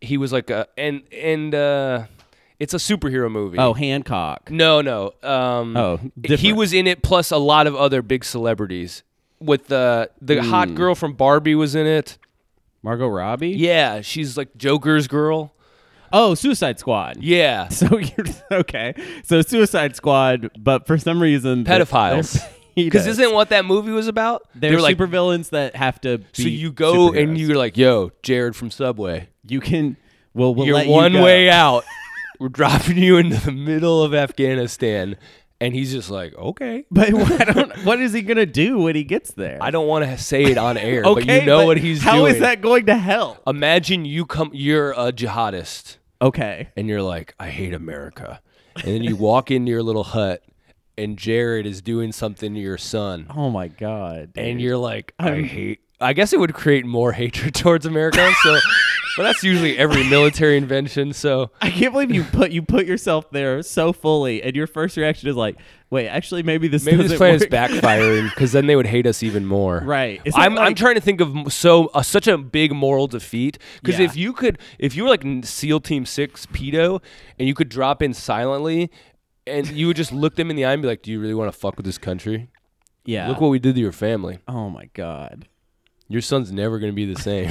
he was like a and and uh, it's a superhero movie. oh Hancock? no, no. Um, Oh, he different. was in it plus a lot of other big celebrities. With the the Hmm. hot girl from Barbie was in it. Margot Robbie? Yeah, she's like Joker's girl. Oh, Suicide Squad. Yeah, *laughs* So you're okay. So Suicide Squad, but for some reason they're- *laughs* pedophiles. they're Because pedos. isn't what that movie was about? they're, They were like, supervillains that have to. Be so you go superheroes. and you're like, yo, Jared from Subway, you can. Well, we'll you're let you one go. *laughs* way out. We're dropping you into the middle of Afghanistan, and he's just like, "Oh, okay. *laughs* But what, I don't- what is he gonna do when he gets there? I don't want to say it on air, okay, but you know but what he's How doing. is that going to help? Imagine you come, you're a jihadist, Okay. and you're like, I hate America, and then you walk into your little hut, and Jared is doing something to your son. Oh my god. dude. Um, and you're like, I hate. I guess it would create more *laughs* hatred towards America. So, but that's usually every military invention. So, I can't believe you put you put yourself there so fully, and your first reaction is like, "Wait, actually, maybe this maybe doesn't this plan is work. backfiring because then they would hate us even more. *laughs* Right. It's not I'm, I'm like- trying to think of m- so uh, such a big moral defeat because Yeah. if you could, if you were like n- SEAL Team Six pedo, and you could drop in silently. And you would just look them in the eye and be like, "Do you really want to fuck with this country? Yeah. Look what we did to your family. oh my god. Your son's never going to be the same."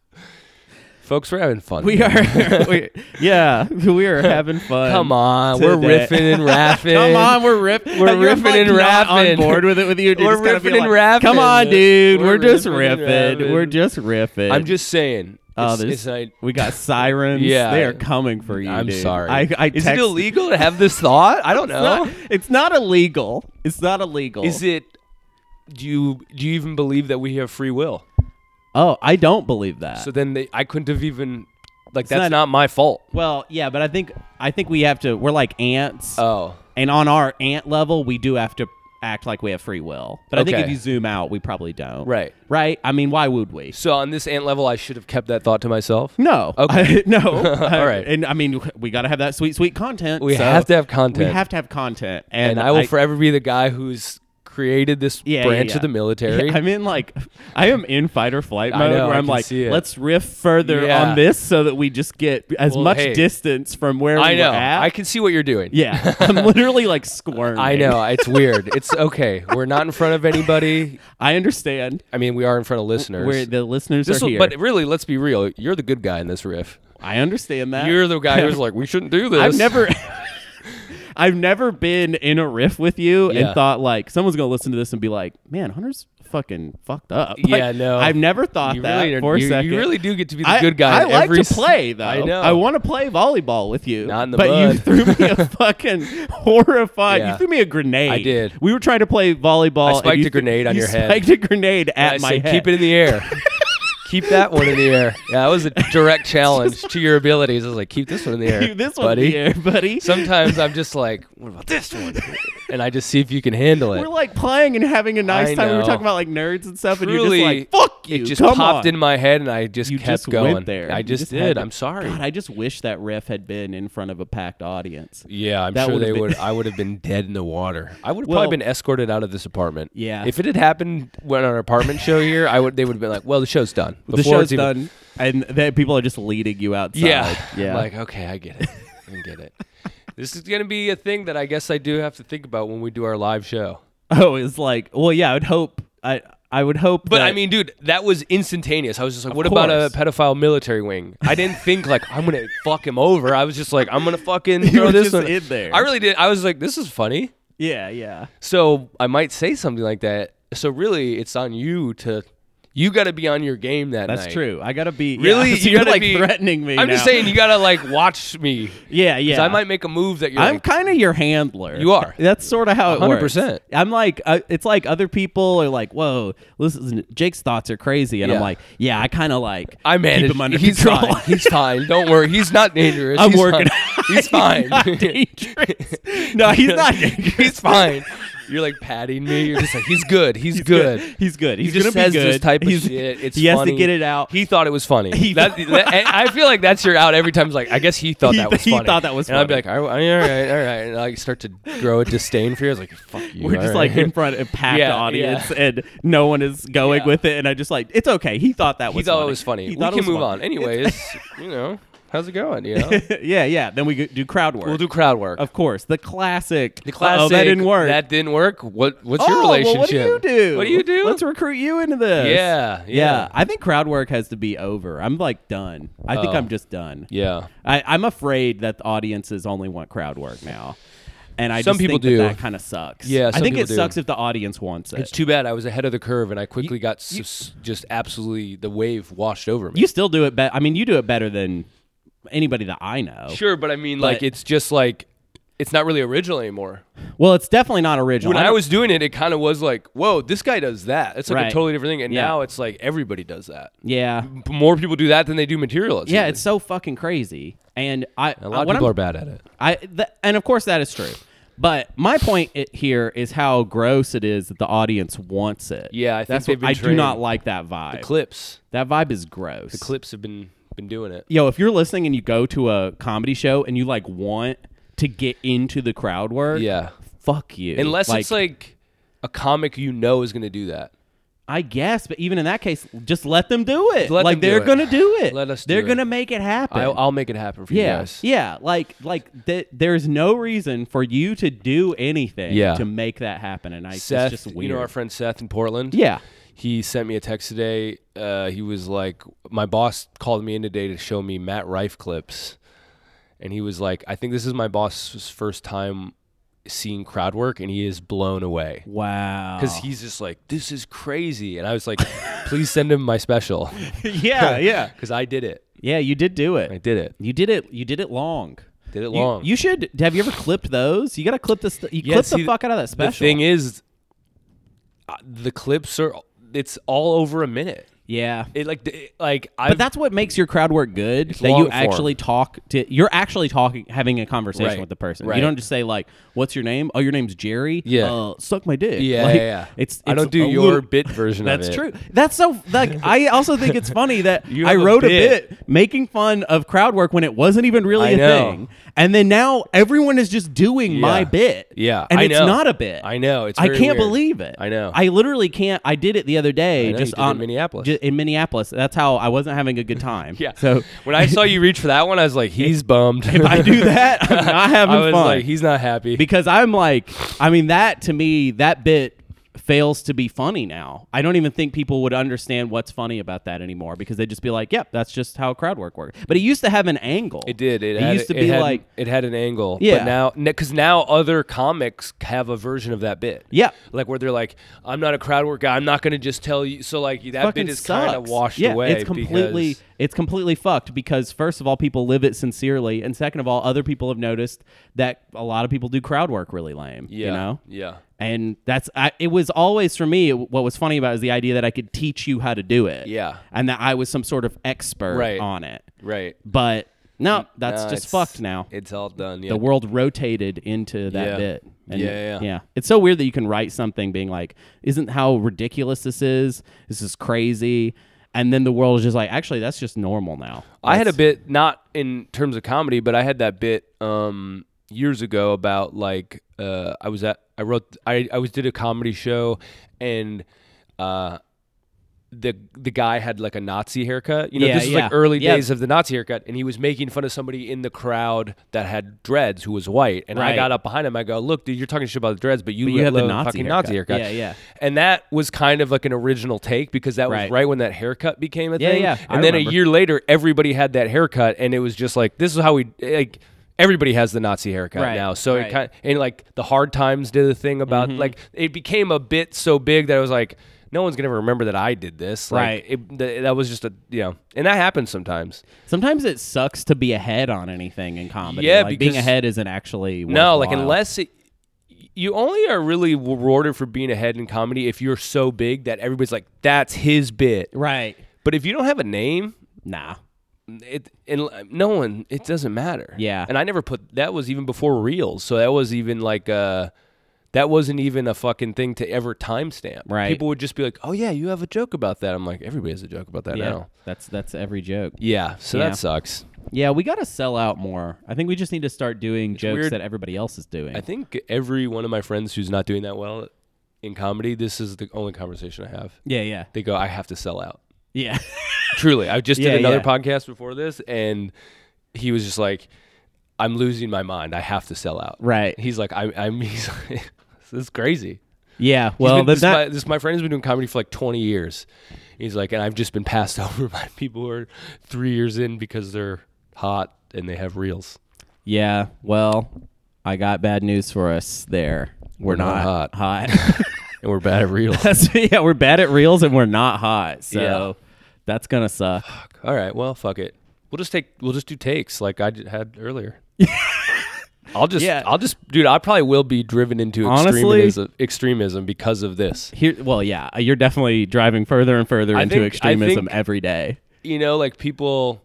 *laughs* Folks, we're having fun. We are. *laughs* we, yeah, we are having fun. *laughs* Come on, we're today. *laughs* riffing and rapping. Come on, we're riff- We're *laughs* You're, riffing like, and not rapping. On board with it with you. dude. We're It's gotta be riffing and like, rapping. Come on, dude. We're We're, just riffing and riffing. We're rapping. just riffing. I'm just saying. Oh, it's, there's- it's not- We got sirens. Yeah. they are coming for you. I'm dude. sorry. I, I Is text- it illegal to *laughs* have this thought? I don't It's not, know. it's not illegal. It's not illegal. Is it? Do you do you even believe that we have free will? Oh, I don't believe that. So then they, I couldn't have even like that's Uh, not- not, my fault. well, yeah, but I think I think we have to. We're like ants, Oh, and on our ant level, we do have to act like we have free will. But I think Okay. if you zoom out, we probably don't. right. Right. I mean, why would we? So on this ant level, I should have kept that thought to myself. No. Okay. *laughs* no. *laughs* All right. And I mean, we got to have that sweet, sweet content. We so have to have content. We have to have content. and, And, I will forever be the guy who's created this Yeah, yeah, branch yeah. of the *laughs* military. I'm in like, I am in fight or flight I mode know, where I I'm can like, see it. let's riff further Yeah. on this so that we just get as Well, much hey. distance from where I we know. were at. I can see what you're doing. *laughs* yeah, *laughs* I'm literally like squirming. I know. It's weird. It's okay. We're not in front of anybody. I understand. I mean, we are in front of listeners. Where the listeners this are will- here, but really, let's be real. You're the good guy in this riff. I understand that You're *laughs* the guy who's like, we shouldn't do this. Uh, I've never *laughs* I've never been in a riff with you Yeah. and thought like someone's gonna listen to this and be like, Man, Hunter's fucking fucked up. *laughs* Like, Yeah, no. I've never thought *laughs* You that really, are- for a you, second. you really do get to be the I, good guy. I in like every to s- play though. I know. I want to play volleyball with you. Not in the but you mud. threw me *laughs* a fucking horrified. Yeah. You threw me a grenade. I did. We were trying to play volleyball. I and spiked you a grenade on you your head. Spiked a grenade And I at my said, head. keep it in the air. *laughs* keep that one in the air. Yeah, that was a direct challenge to your abilities. I was like, keep this one in *laughs* the air, Keep this one buddy. in the air, buddy. Sometimes I'm just like, what about this one? And I just see if you can handle it. We're like playing and having a nice I time. We were know. talking about like nerds and stuff, and Truly, you're just like, "Fuck you!" It just come popped on." in my head, and I just You kept just going. went there. I You just, just had did. to- I'm sorry. God, I just wish that riff had been in front of a packed audience. yeah, I'm that sure would've they been- would. *laughs* I would have been dead in the water. I would have Well- probably been escorted out of this apartment. Yeah. If it had happened when on an apartment show here, I would. They would have been like, "Well, the show's done. the Before show's it's even- done, and that people are just leading you outside. Yeah. *laughs* yeah. Like, okay, I get it. I get it. *laughs* This is gonna be a thing that I guess I do have to think about when we do our live show. *laughs* oh, it's like, well, yeah. I would hope. I I would hope. But that, I mean, dude, that was instantaneous. I was just like, what about a course. pedophile military wing? I didn't think like I'm gonna *laughs* fuck him over. I was just like, I'm gonna *laughs* fucking You throw were this just one in there. I really did. I was like, this is funny. yeah, yeah. So I might say something like that. So really, it's on you to. You got to be on your game that That's night. true. I gotta be. Really, *laughs* yeah, *laughs* so you you're gotta like be- threatening me. I'm just now. saying you gotta like watch me. 'Cause *laughs* Yeah, *laughs* yeah. I might make a move that you're. I'm like, kind of your handler. You are. That's sort of how it works. 100%. I'm like, uh, it's like other people are like, "Whoa, listen, Jake's thoughts are crazy," and Yeah. I'm like, "Yeah, I kind of like I keep managed. him under he's control." *laughs* fine. He's fine. Don't worry. He's not dangerous. I'm He's working. *laughs* Fine. *laughs* He's Not fine. *laughs* dangerous. no, he's not dangerous. he's fine. You're like patting me. You're just like, he's good. He's, good. He's good. He's he just gonna says be good. this type of He's- shit. It's he has funny. to get it out. He thought it was funny. Oh. *laughs* He- That- that- and I feel like that's your out every time. It's like I guess he thought He- that was he funny. thought that was And I'd be funny. like, all right, all right, all right. And I start to grow a disdain for you. I was *laughs* like, fuck you. We're all just right. like in front of a packed Yeah, audience, yeah. and no one is going Yeah. with it. And I just like, it's okay. He thought that he was. thought funny. it was funny. He We thought can it was move on. funny. Anyways, *laughs* you know, how's it going? You know, *laughs* yeah, yeah. Then we go- do crowd work. we'll do crowd work. of course, the classic. The classic. Oh, that didn't work. That didn't work. What? What's oh, your relationship? Well, what do you do? What do you do? Let's recruit you into this. yeah, yeah, Yeah, I think crowd work has to be over. I'm like done. I think Oh. I'm just done. Yeah. I, I'm afraid that the audiences only want crowd work now, and I Some just people think that do. that, kind of sucks. Yeah, I some think people it do. sucks if the audience wants it. It's too bad I was ahead of the curve and I quickly got s- just absolutely the wave washed over me. you still do it better. I mean, you do it better than anybody that I know. sure, but I mean, like, But- it's just like it's not really original anymore. Well, it's definitely not original. When I I don't- was doing it, it kind of was like, whoa, this guy does that. It's like a Right. totally different thing. And Yeah. now it's like everybody does that. yeah, B- More people do that than they do material. yeah, it's so fucking crazy. And I a lot of what people I'm- are bad at it. I th- and of course that is true. But my point i here is how gross it is that the audience wants it. Yeah, I think that's they've what been I do not trained. like that vibe. Clips, that vibe is gross. clips have been been doing it. Yo, if you're listening and you go to a comedy show and you like want to get into the crowd work, Yeah. fuck you. Unless it's like a comic you know is going to do that. I guess, but even in that case, just let them do it. Let like them do they're it. gonna do it. Let us do They're it. gonna make it happen. I, I'll make it happen for yeah, you guys. yeah. Like, like th- there's no reason for you to do anything Yeah. to make that happen, and I it's Seth, just weird. you know our friend Seth in Portland. yeah, He sent me a text today. Uh, he was like, my boss called me in today to show me Matt Rife clips, and he was like, I think this is my boss's first time seeing crowd work, and he is blown away wow. because he's just like, this is crazy. And I was like, please send him my special *laughs* *laughs* *laughs* yeah, yeah, because I did it. yeah. You did do I it. did it. You did it. You did it long. Did it You- long. You, should have you ever clipped those? You gotta clip this. You Yeah, clip see, the fuck out of that special. The thing is, uh, the clips are. It's all over a minute. yeah. It like it, like I. But that's what makes your crowd work good. That long you form. actually talk to. You're actually talking, having a conversation Right, with the person. right. You don't just say like, "What's your name? Oh, your name's Jerry. Yeah. uh, suck my dick. Yeah, Like, yeah, yeah. It's, I it's don't do a your little- *laughs* bit version of That's it. true. That's so. Like, I also think it's funny that *laughs* You I have a wrote a bit. bit. making fun of crowd work when it wasn't even I really a know. thing, and then now everyone is just doing my bit. Yeah, and I it's know. not a bit. I know. It's I very can't weird. believe it. I know. I literally can't. I did it the other day, know, just you did it on in Minneapolis. ju- in Minneapolis. That's how I wasn't having a good time. *laughs* Yeah. So when I saw you reach for that one, I was like, he's bummed. if I do *laughs* that, I'm not having I was fun. like, he's not happy. because I'm like, I mean, that to me, that bit fails to be funny now. I don't even think people would understand what's funny about that anymore because they'd just be like, yep, that's just how crowd work works. But it used to have an angle. it did. It, It had, used to it be had- like- it had an angle. But Yeah. now, because now other comics have a version of that bit. Yeah. Like where they're like, I'm not a crowd work guy. I'm not going to just tell you. So like that Fucking bit is kind of sucks. washed yeah, away. It's completely because- it's completely fucked because first of all, people live it sincerely, and second of all, other people have noticed that a lot of people do crowd work really lame. Yeah. You know? Yeah. And that's I, it was always for me. What was funny about it is the idea that I could teach you how to do it. Yeah. and that I was some sort of expert Right. on it. Right. But no, that's Nah, just it's- fucked now. It's all done. Yeah. the world rotated into that Yeah. bit. Yeah, yeah. It's so weird that you can write something being like, "Isn't how ridiculous this is? This is crazy," and then the world is just like, "Actually, that's just normal now." I had a bit, not in terms of comedy, but I had that bit um, years ago about like uh, I was at I wrote I I was did a comedy show and uh, the the guy had like a Nazi haircut. You know, Yeah, this is like yeah. early Yeah. days of the Nazi haircut, and he was making fun of somebody in the crowd that had dreads who was white. And I Right. got up behind him. I go, "Look, dude, you're talking shit about the dreads, but you, you had the love Nazi fucking haircut." Nazi haircut." Yeah, yeah. And that was kind of like an original take because that was Right. right when that haircut became a Yeah, thing. yeah. And I then a remember. year year later, everybody had that haircut, and it was just like this is how we like. Everybody has the Nazi haircut Right, now, so it right. Mm-hmm. kind and like the hard times did a thing about like it became a bit so big that I was like, no one's gonna remember that I did this. Like, Right. It, th- that was just a you know, and that happens sometimes. Sometimes it sucks to be ahead on anything in comedy. Yeah, like, being because- ahead isn't actually worthwhile. No, like unless it, you only are really rewarded for being ahead in comedy if you're so big that everybody's like, that's his bit. right. But if you don't have a name, Nah. it and uh, no one it doesn't matter Yeah. and i never put that was even before reels so that was even like uh that wasn't even a fucking thing to ever timestamp. Right. People would just be like, "Oh yeah, you have a joke about that." I'm like, everybody has a joke about that now. That's that's every joke. Yeah. So Yeah. that sucks. Yeah, we got to sell out more. I think we just need to start doing jokes weird. that everybody else is doing. I think every one of my friends who's not doing that well in comedy, this is the only conversation I have. yeah, yeah, *laughs* They go, "I have to sell out." yeah. Truly, I just Yeah, did another yeah. podcast before this, and he was just like, "I'm losing my mind. I have to sell out." right. He's like, "I'm." I'm *laughs* he's like, "This is crazy." *laughs* Yeah. He's Well, been- then this, that- my, this my friend has been doing comedy for like 20 years. He's like, and I've just been passed *laughs* over by people who are three years in because they're hot and they have reels. Yeah, well, I got bad news for us there. We're, We're not not, hot. *laughs* And we're bad at reels. That's- yeah, we're bad at reels and we're not hot. So Yeah. that's going to suck. All right, well, fuck it. We'll just take. We'll just do takes like I d- had *laughs* earlier. I'll just. Yeah. I'll just, dude. I probably will be driven into Honestly- extremism, extremism because of this. Here, well, yeah, you're definitely driving further and further I into think- I extremism think- every day. You know, like people.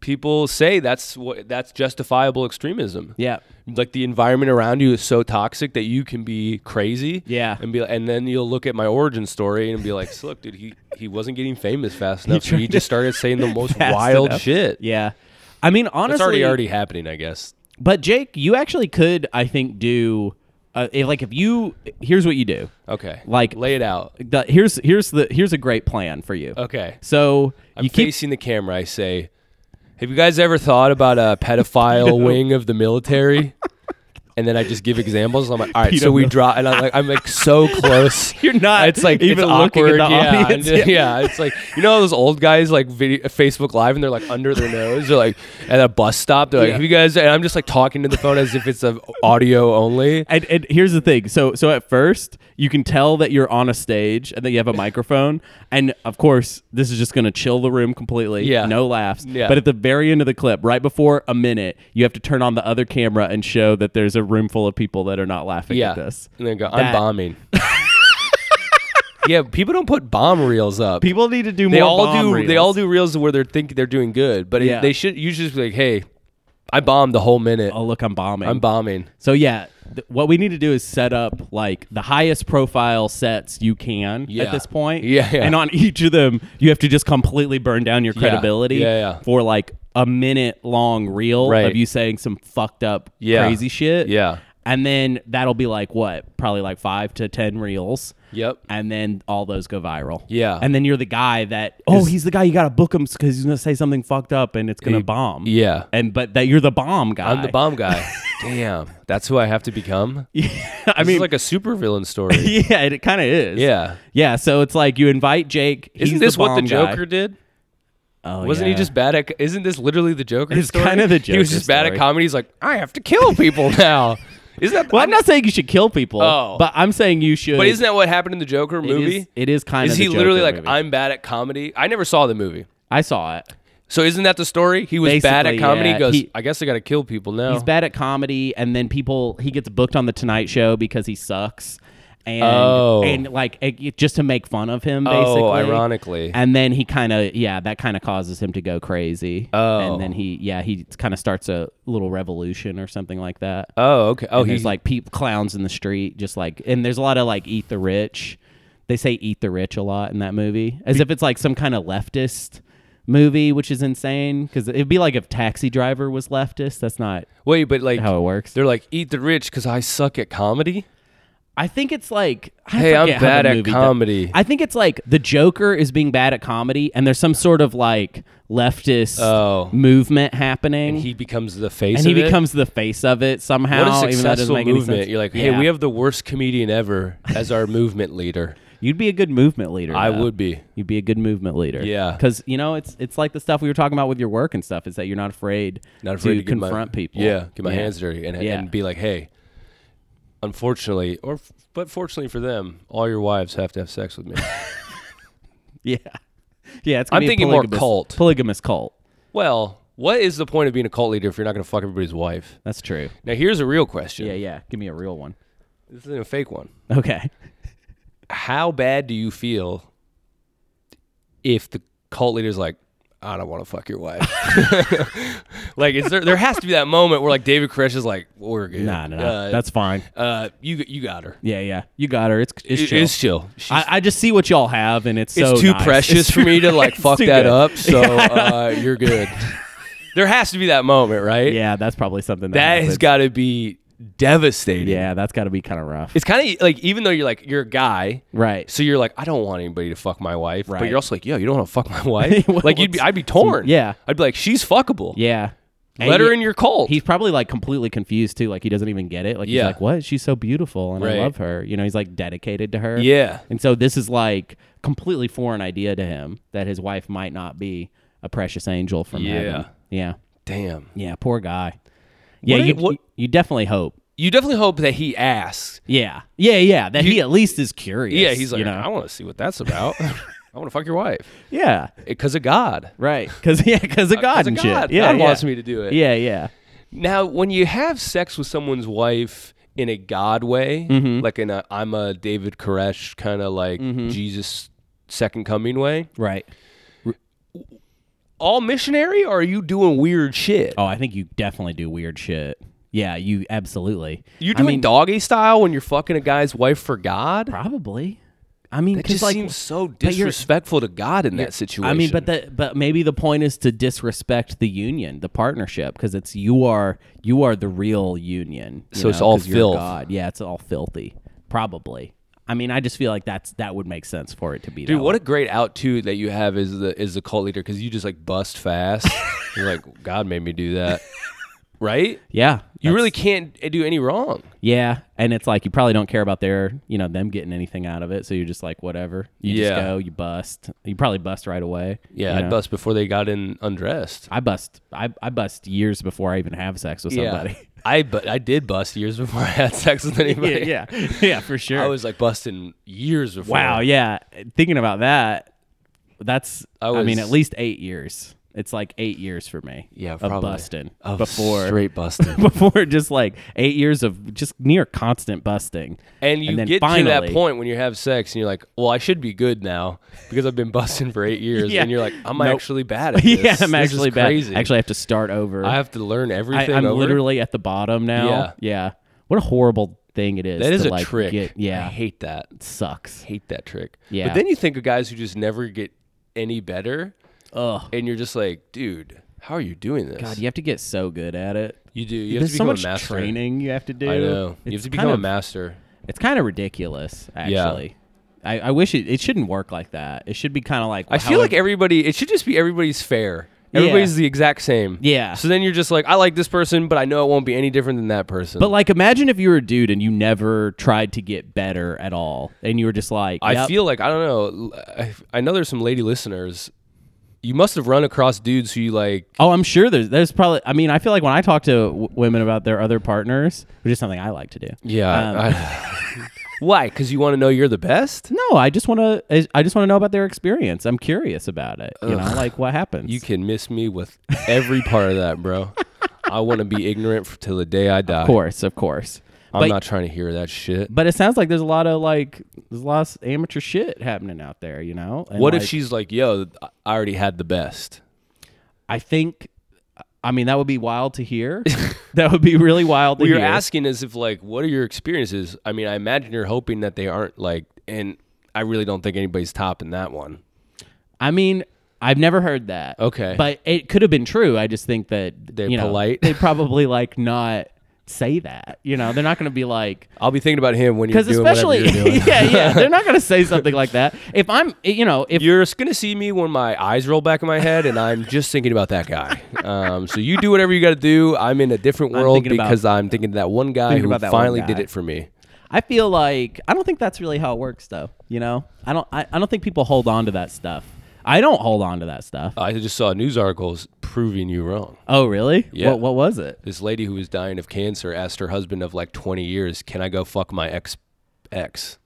People say that's what that's justifiable extremism. *laughs* Yeah. like the environment around you is so toxic that you can be crazy. Yeah. And be and then you'll look at my origin story and be like, "So, look, dude, he he wasn't getting famous *laughs* fast enough. so he tried just started saying the *laughs* most Fast wild enough. shit. Yeah. I mean, honestly, It's already already happening, I guess. but Jake, you actually could, I think, do uh, eh, like if you, here's what you do. Okay. Like- lay it out. The, here's here's the here's a great plan for you. Okay. So I'm you keep facing the camera. I say, "Have you guys ever thought *laughs* about a pedophile wing of the military?" And then I just give examples. I'm like, all right, so we Pedophile. draw, and I'm like, I'm like so *laughs* close. You're not *laughs* It's like even it's looking awkward. at the yeah, audience. and- *laughs* yeah, it's like you know those old guys like video, Facebook Live, and they're like under their nose. They're like at a bus stop. They're like, Yeah. "Have you guys?" And I'm just like talking to the phone as if it's of *laughs* audio only. And, and here's the thing. So so at first you can tell that you're on a stage and that you *laughs* have a microphone, and of course this is just gonna chill the room completely. Yeah. no laughs. Yeah. But at the very end of the clip, right before a minute, you have to turn on the other camera and show that there's a room full of people that are not laughing Yeah, at this. and then go, That- "I'm bombing." *laughs* yeah, people don't put bomb reels up. People need to do they more. all bomb do reels. they all do reels where they're thinking they're doing good but it- Yeah. they should usually just be like hey i bombed the whole minute Oh look, I'm bombing. i'm bombing So yeah, th- what we need to do is set up like the highest profile sets you can at Yeah. this point. Yeah, yeah. And on each of them, you have to just completely burn down your Yeah. credibility Yeah, yeah. for like a minute long reel Right. of you saying some fucked up Yeah. crazy shit. Yeah. And then that'll be like what? Probably like 5 to 10 reels. yep And then all those go viral. Yeah. And then you're the guy that oh, Is- he's the guy you got to book him cuz he's going to say something fucked up and it's going to bomb. yeah And but that you're the bomb guy. *laughs* i'm the bomb guy damn that's who i have to become I this mean is like a supervillain story *laughs* yeah, it, kind of is. *laughs* yeah yeah. So it's like you invite Jake. he's isn't this the what the bomb guy. joker did Oh, wasn't he yeah. just bad at? Isn't this literally the Joker? It's story? kinda the *laughs* He was Joker just bad at story. comedy. He's like, I have to kill *laughs* people now. Isn't that? Well, I'm not saying you should kill people. Oh. but I'm saying you should. But isn't that what happened in the Joker it is- movie? It is kind is of. he the literally Joker like, movie. I'm bad at comedy? I never saw the movie. I saw it. So isn't that the story? He was bad Basically, at comedy. yeah. He goes, He- I guess I got to kill people now. He's bad at comedy, and then people he gets booked on the Tonight Show because he sucks. And, Oh. and like it- it- just to make fun of him, basically. Oh, ironically. And then he kind of yeah, that kind of causes him to go crazy. Oh. and then he yeah he kind of starts a little revolution or something like that. oh, okay. Oh, and he's there's like peop clowns in the street, just like, and there's a lot of like eat the rich. They say eat the rich a lot in that movie, as if it's like some kind of leftist movie, which is insane because it'd be like if Taxi Driver was leftist. That's not wait, but like how it works. they're like eat the rich because I suck at comedy. I think it's like I Hey, I'm forget how the bad at movie comedy. does- I think it's like the Joker is being bad at comedy, and there's some sort of like leftist Oh. movement happening. He becomes the face. and he of it. becomes the face of it somehow. what a even though that doesn't successful make any movement. sense. You're like, hey, Yeah. we have the worst comedian ever as our movement leader. You'd be a good movement leader. I though. would be. You'd be a good movement leader. Yeah. Because you know it's it's like the stuff we were talking about with your work and stuff is that you're not afraid, Not afraid to, to, get my- confront people. Yeah, get my hands dirty and, Yeah. and be like, hey. Unfortunately, or f- but fortunately for them, all your wives have to have *laughs* sex with me. *laughs* Yeah. Yeah. It's gonna I'm be a thinking more polygamous- cult. Polygamous cult. well, what is the point of being a cult leader if you're not going to fuck everybody's wife? That's true. Now, here's a real question. Yeah. Yeah. Give me a real one. *laughs* This isn't a fake one. Okay. how bad do you feel if the cult leader's like, I don't want to fuck your wife. *laughs* like, is there there has to be that moment where like David Koresh is like, we're good. Nah, nah, nah. Uh, That's fine. uh, you you got her. Yeah, yeah. You got her. It's it's It- chill. It's chill. She's- I, I just see what y'all have, and it's it's so too nice. precious It's for too- *laughs* me to like it's fuck too that good. up. So uh, *laughs* you're good. there has to be that moment, right? Yeah, that's probably something that, That happens. has got to be devastating. Yeah, that's got to be kind of rough. It's kind of like even though you're like you're a guy, right. so you're like I don't want anybody to fuck my wife, but Right. you're also like yo, you don't want to *laughs* fuck my wife. Well, like you'd be, it's- I'd be torn. yeah. I'd be like she's fuckable. Yeah. And let her he- in your cult. He's probably like completely confused too. Like he doesn't even get it. Like Oh. Yeah. he's like, "What? She's so beautiful, and Right. I love her." You know, he's like dedicated to her. yeah, And so this is like completely foreign idea to him that his wife might not be a precious angel from Yeah. heaven. Yeah. damn. Yeah. Poor guy. Yeah. What- you, what- you definitely hope. You definitely hope that he asks. Yeah. Yeah. Yeah. That he at least is curious. Yeah, he's like you I know? want to see *laughs* what that's about. I want to fuck your wife yeah. because of God. Right. Because *laughs* yeah, because of God Uh, of and God. shit. Yeah. God yeah. wants me to do it. Yeah. Yeah. Now, when you have sex with someone's wife in a God way, Mm-hmm. like in a I'm a David Koresh kind of like Jesus second coming way, Right. all missionary or are you doing weird shit? Oh, I think you definitely do weird shit. Yeah. You absolutely. You I doing mean, doggy style when you're fucking a guy's wife for God? Probably. I mean, That because just like, seems so you're- disrespectful to God in that situation. I mean, but the but maybe the point is to disrespect the union, the partnership, because it's you are you are the real union. you So it's know, all 'cause you're filth. God. Yeah, it's all filthy. Probably. I mean, I just feel like that's that would make sense for it to be. Dude, that what way. a great out too that you have is the is the cult leader because you just like *laughs* bust fast. You're like, God made me do that, right? yeah, You that's- really can't do any wrong. yeah, and it's like you probably don't care about their you know them getting anything out of it, so you're just like whatever. You Yeah. just go, you bust. You probably bust right away. Yeah, you I'd know? bust before they got in undressed. I bust. I, I bust years before I even have sex with somebody. *laughs* I but I did bust years before *laughs* I had sex with anybody. yeah, yeah, *laughs* yeah, for sure. I was like busting years before. Wow, yeah. Thinking about that, that's I I, mean was- at least eight years. It's like eight years for me. Yeah, of probably. busting Of before straight *laughs* busting. before just like eight years of just near constant busting. And you then get finally, to *laughs* that point when you have sex and you're like, "Well, I should be good now because I've been busting for *laughs* 8 years." Yeah. And you're like, "I'm Nope. actually bad at *laughs* this." yeah, I'm This is actually bad. crazy. Actually, I have to start over. I have to learn everything am over. literally at the bottom now. Yeah. yeah. What a horrible thing it is. That to, is a like, trick. get- I yeah, hate that. sucks. Hate that trick. Yeah. But then you think of guys who just never get any better Ugh. and you're just like, "Dude, how are you doing this?" God, you have to get so good at it. You do. You have There's to so become much a master. training you have to do. I know. You have It's to kind become a of- master. It's kind of ridiculous, Yeah. actually. I, I wish it, it shouldn't work like that. It should be kind of like I feel like everybody. It should just be everybody's fair. Yeah. Everybody's the exact same. Yeah. So then you're just like, I like this person, but I know it won't be any different than that person. but like imagine if you were a dude and you never tried to get better at all, and you were just like, I yep, feel like I don't know. I, I know there's some lady listeners. You must have run across dudes who you like. Oh, I'm sure there's there's probably. I mean, I feel like when I talk to w- women about their other partners, which is something I like to do. Yeah. Um. I- *laughs* why? Because you want to know you're the best. No, I just want to. I just want to know about their experience. I'm curious about it. You know, like what happens. You can miss me with every part of that, bro. I want to be ignorant f- till the day I die. of course, of course. I'm But- not trying to hear that shit. But it sounds like there's a lot of like there's a lot of amateur shit happening out there, you know. And, What if like, she's like, "Yo, I already had the best." I think, I mean, that would be wild to *laughs* hear. that would be really wild to What hear. you're asking is if like, what are your experiences? I mean, I imagine you're hoping that they aren't like, and I really don't think anybody's topping that one. I mean, I've never heard that. Okay. but it could have been true. I just think that They're you know, polite. They probably like not say that. You know, they're not going to be like. I'll be thinking about him when you're Because doing especially, *laughs* whatever you're doing. *laughs* yeah, yeah, they're not gonna say something like that. If I'm, you know, if You're just gonna see me when my eyes roll back in my head, and I'm just thinking about that guy. Um, so you do whatever you got to do. I'm in a different world thinking about- because I'm thinking of that one guy thinking who about that one finally guy. did it for me. I feel like I don't think that's really how it works, though. You know, I don't. I, I don't think people hold on to that stuff. I don't hold on to that stuff. I just saw news articles proving you wrong. oh, really? Yeah. What, what was it? This lady who was dying of cancer asked her husband of like 20 years, "Can I go fuck my ex ex?"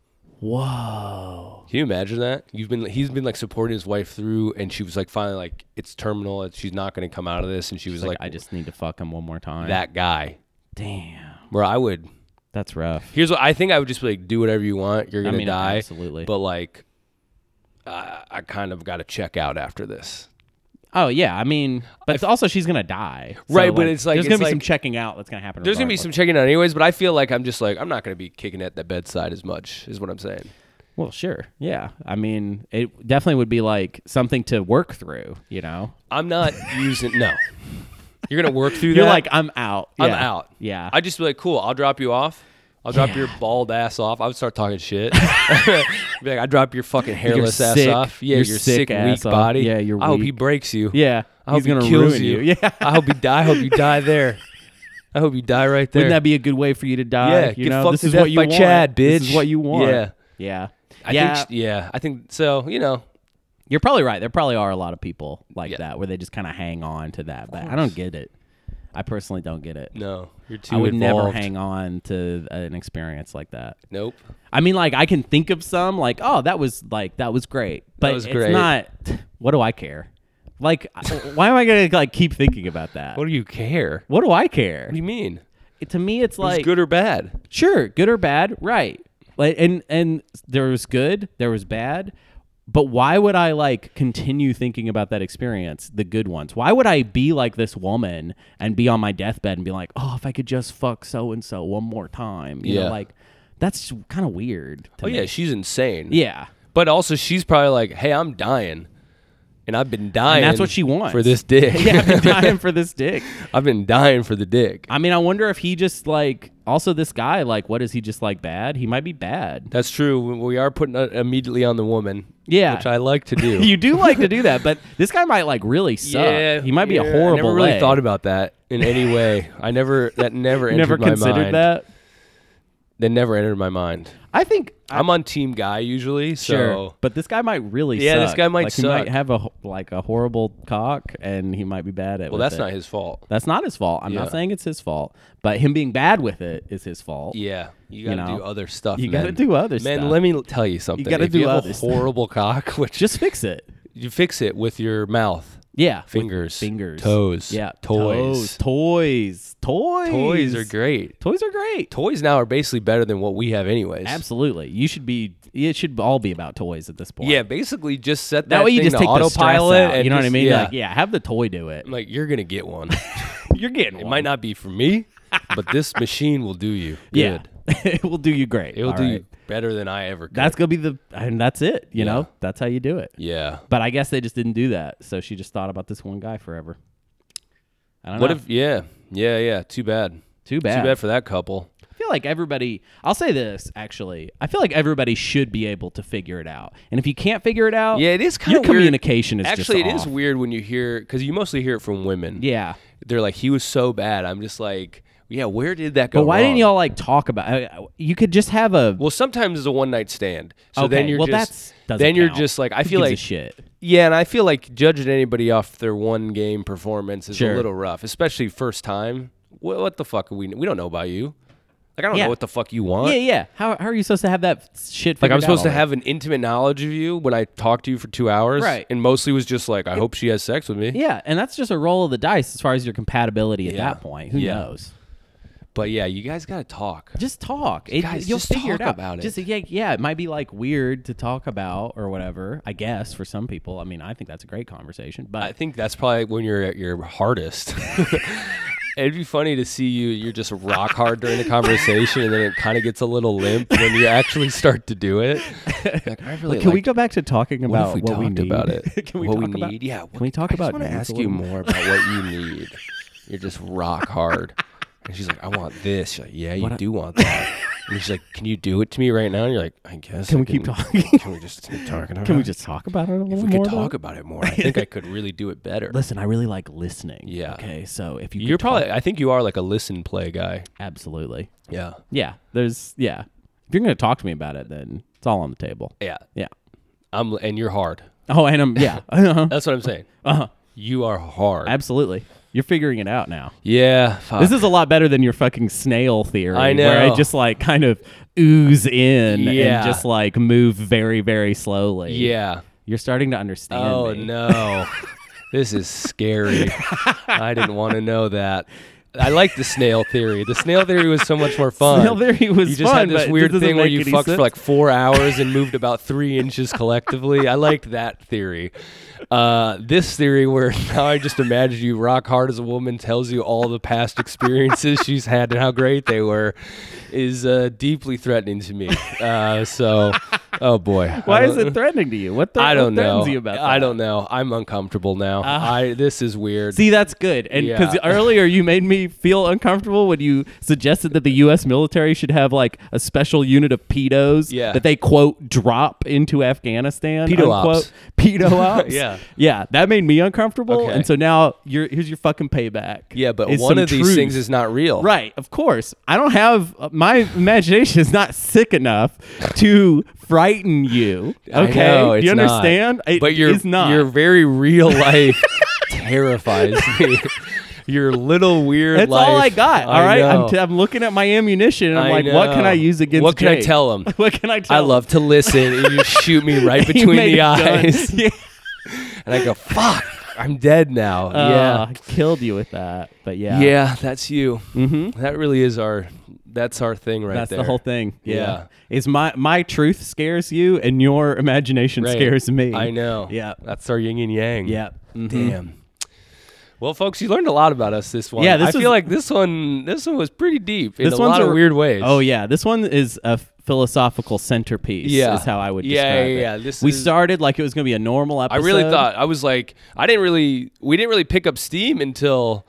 Whoa. Can you imagine that? You've been he's been like supporting his wife through, and she was like finally like it's terminal. and She's not going to come out of this, and she was Like, like, I just need to fuck him one more time. that guy. Damn. Where I would That's rough. here's what I think I would just be like do whatever you want. You're I going to mean, die, absolutely. But like, I I kind of got to check out after this. Oh yeah, I mean, but also she's gonna die, So, Right, but it's like- there's it's gonna be some like- checking out that's gonna happen. There's gonna be regardless. some checking out anyways, but I feel like I'm just like I'm not gonna be kicking at the bedside as much is what I'm saying. Well, sure, yeah. I mean, it definitely would be like something to work through. You know, I'm not using *laughs* no. You're gonna work through you're that. like, I'm out. I'm Yeah. out. Yeah, I'd just be like, cool, I'll drop you off. I'll drop Yeah. your bald ass off. I would start *laughs* talking shit. *laughs* be like, I drop your fucking hairless ass sick- off. Yeah, your your, sick sick, weak ass off. body. Yeah, you're I hope weak. he breaks you. yeah. I hope He's gonna he kills ruin you. you. *laughs* Yeah. I hope you die. I hope you die there. I hope you die right there. Wouldn't that be a good way for you to die? Yeah, you get know, fucked this to is death what you by want. Chad, This is bitch. what you want. Yeah. yeah, I yeah. Think, yeah, I think so. You know, You're probably right. There probably are a lot of people like Yeah. that where they just kind of hang on to that. But I don't get it. I personally don't get it. no, you're too. I would never involved. hang on to an experience like that. Nope. I mean, like I can think of some like, oh, that was like that was great, but was it's great. not. *laughs* What do I care? Like, why am I gonna like keep thinking about that? What do you care? What What do I care? do you mean? to me, it's It's like good or bad? sure good or bad right like and and there was good there was bad but why would i like continue thinking about that experience the good ones why would i be like this woman and be on my deathbed and be like oh if i could just fuck so and so one more time you know Yeah. like that's kind of weird to Oh me. yeah, she's insane. yeah *laughs* But also, she's probably like, "Hey, I'm dying, and I've been dying. what she wants. for this dick. *laughs* yeah *laughs* i've been dying for this dick I've been dying for the dick. i mean i wonder if he just like also this guy like what is he just like bad he might be *laughs* bad That's true. We are putting it immediately on the woman. Yeah. which I like to *laughs* do. you do like to do that but this guy might like really suck Yeah, he might be yeah. a horrible I never really leg. thought about that in any way. I never *laughs* that never entered never my considered mind. that. That never entered my mind. I think I'm on team guy usually, so sure, but this guy might really. Yeah, this suck. guy might like, He might suck. have a ho- like a horrible cock, and he might be bad at. well, that's not his fault. That's not his fault. I'm Yeah. not saying it's his fault, but him being bad with it is his fault. Yeah, you gotta know, do other stuff. you gotta men. do other Man, stuff. let me l- tell you something. gotta if do you have other a stuff. horrible cock, *laughs* which Just fix it. you fix it with your mouth, Yeah, with fingers, fingers, toes, Yeah, toys. toes, toys, toys. Toys are great. Toys are great. Toys now are basically better than what we have, anyways. Absolutely. You should be. It should all be about toys at this point. Yeah, basically just set that, That way you thing just to take the stress autopilot. out, and you know what I just- mean? Yeah. Like, yeah, have the toy do it. I'm like, you're gonna get one. *laughs* You're getting It might not be for me, but *laughs* this machine will do you Yeah. *laughs* good. it will do you great. It will All do right. you better than I ever could. That's gonna be the and that's it. You know, that's how you do it. yeah. But I guess they just didn't do that, so she just thought about this one guy forever. I don't What know. if? Yeah, yeah, yeah. Too bad. Too bad. Too bad for that couple. I feel like everybody. I'll say this actually. I feel like everybody should be able to figure it out. And if you can't figure it out, Yeah, it is Oh, your kinda weird. communication is Actually, just it is off. weird when you hear because you mostly hear it from women. Yeah. they're like, he was so bad. I'm just like, yeah, where did that go? But why didn't wrong? y'all like talk about? I- I- You could just have a. Well, sometimes it's a one night stand. So okay, then you're well, just that's doesn't then you're count. just like I Who feel gives a like shit. yeah, and I feel like judging anybody off their one game performance is Sure. a little rough, especially first time. What, what the fuck are we? We don't know about you. Like I don't Yeah. know what the fuck you want. Yeah, yeah. How, how are you supposed to have that shit? Like figured I'm out supposed to already? have an intimate knowledge of you when I talk to you for two hours, Right. And mostly was just like, I hope she has sex with me. Yeah, and that's just a roll of the dice as far as your compatibility at Yeah. that point. Who Yeah. knows? But yeah, you guys gotta talk. Just talk. It- Guys, you'll just figure it talk out. about it. Just yeah, yeah, it might be like weird to talk about or whatever. I guess for some people, I mean, I think that's a great conversation. But I think that's probably when you're at your hardest. *laughs* It'd be funny to see you. You're just rock hard during the conversation, and then it kind of gets a little limp when you actually start to do it. Like, I really can we liked- go back to talking what about if we what talked we need? about *laughs* it? can we what talk we about? need? Yeah. Can we talk I about just want to needs a ask you little more about what *laughs* you need. You're just rock hard, and she's like, "I want this." You're like, "Yeah, you *laughs* do want that." And she's like, "Can you do it to me right now?" And you're like, "I guess." Can I we keep talking? *laughs* *laughs* Can we just keep talking? Can about we it? just talk about it a little If we more? could though? talk about *laughs* it more, I think I could really do it better. Listen, I really like listening. Yeah. Okay, so if you could You're talk- probably. I think you are like a listen play guy. absolutely Yeah. yeah. There's yeah. If you're gonna talk to me about it, then it's all on the table. Yeah. Yeah. I'm and you're hard. Oh, and I'm *laughs* yeah. Uh-huh. That's what I'm saying. Uh-huh. You are hard. Absolutely. You're figuring it out now. yeah. Fuck. This is a lot better than your fucking snail theory. I Where I know. just like kind of ooze in Yeah. and just like move very, very slowly. yeah. You're starting to understand. Oh me. no. this is scary. I didn't want to know that. I like the snail theory. The snail theory was so much more fun. Snail theory was You just fun, had this but it weird doesn't thing where make you any fucked sense. for like four hours and moved about three inches collectively. I liked that theory. Uh, this theory where *laughs* now I just imagine you rock hard as a woman tells you all the past experiences *laughs* she's had and how great they were is uh, deeply threatening to me. Uh, so, oh boy. I Why is don't- it threatening to you? What, the, I don't what threatens know. you about that? Ah. I don't know. I'm uncomfortable now. I this is weird. See, that's good. And because Yeah. earlier you made me feel uncomfortable when you suggested that the U.S. military should have like a special unit of pedos Yeah. that they quote drop into Afghanistan. Pedo unquote. ops. Pedo *laughs* ops. Yeah. Yeah. That made me uncomfortable. Okay. And so now you're, here's your fucking payback. yeah, but is one some of these truth. things is not real. Right, of course. I don't have uh, my imagination is not sick enough to frighten you. I Okay, know, do you it's not. understand? It but your is not. your *laughs* very real life terrifies me. Your little weird That's life. all I got. All right, know. I'm, t- I'm looking at my ammunition. and I'm I like, what can know. I use against? What can I Jake? tell him? *laughs* what can I tell? I him? love to listen, and you shoot *laughs* me right He between made the a gun. eyes, *laughs* *laughs* yeah. and I go, "Fuck, I'm dead now." Uh, killed you with that. But yeah, yeah, yeah, that's you. Mm-hmm. That really is our. That's our thing right That's there. the whole thing. Yeah. Yeah. is my my truth scares you, and your imagination Right. scares me. I know. Mm, Yeah. that's our yin and yang. Yeah. Mhm. Damn. Well, folks, you learned a lot about us this one. Yeah, this I was- feel like this one, this one was pretty deep in This a one's lot of a- weird ways. Oh yeah, this one is a philosophical centerpiece. Yeah. is how I would. Yeah, describe yeah, it. yeah. This we is- started like it was gonna be a normal I episode. really thought I was like, I didn't really, we didn't really pick up steam until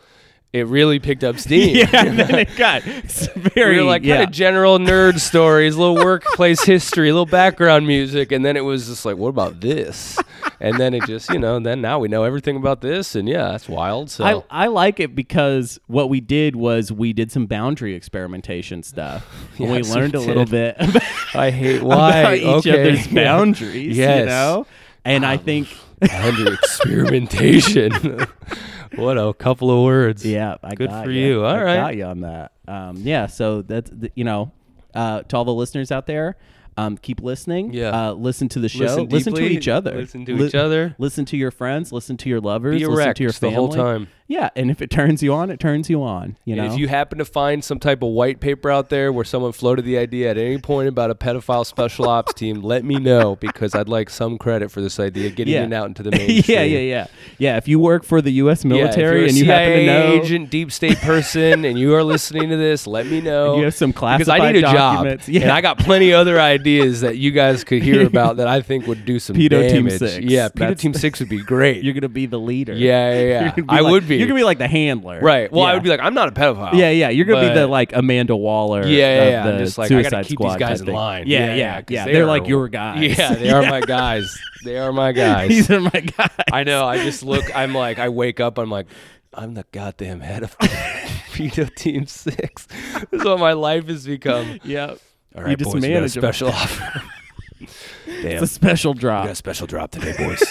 it really *laughs* picked up *laughs* steam. Yeah, and then it got it's very *laughs* We were like yeah. kind of general nerd stories, little workplace history, little background music, and then it was just like, what about this? And then it just, you know, then now we know everything about this, and yeah, that's wild. So I, I like it because what we did was we did some boundary experimentation *laughs* stuff. and we Yes, we learned a did. little bit *laughs* about, *laughs* I hate why about each okay. *laughs* other's Yeah. boundaries, you Yes. Um, know? And I think, under experimentation. *laughs* what a couple of words. yeah, I Good got for you. All I right. got you on that. Um, yeah, so that's, the, you know, uh, to all the listeners out there, um, keep listening. Yeah. Uh, listen to the show. Listen to deeply. each other. Listen to each other. Listen to your friends. Listen to your lovers. Be listen erect to your the family. whole time. Yeah, and if it turns you on, it turns you on. You know, And if you happen to find some type of white paper out there where someone floated the idea at any point about a pedophile special ops team, let me know because I'd like some credit for this idea getting it out into the *laughs* mainstream. yeah, yeah, yeah, yeah. If you work for the U.S. Yeah, if military you're a and you CIA happen to know, agent, deep state person, and you are listening to this, let me know. *laughs* And you have some because I need a classified documents. job, Yeah. and I got plenty of other ideas that you guys could hear about that I think would do some Pedo Team damage. Six. Yeah, pedo That's- team six would *laughs* be great. you're gonna be the leader. yeah, *laughs* yeah, You're yeah. gonna I like- would be. You're gonna be like the handler. right. Well, I Yeah. would be like, I'm not a pedophile. Yeah, yeah. You're gonna be the but- like Amanda Waller. Yeah, of yeah. The I'm just like I Suicide gotta keep Squad these guys type in thing. line. Yeah, yeah, yeah. 'cause They're are- like your guys. *laughs* Yeah, they are my guys. They *laughs* are my guys. These are my guys. I know. I just *laughs* look. I'm like. I wake up. I'm like. I'm the goddamn head of *laughs* Pedo Team Six. This is what my life has become. *laughs* Yep. All You right, just boys, we got a manage 'em. special offer. *laughs* Damn, It's a special we drop. *laughs* got Oh, a special drop today, boys.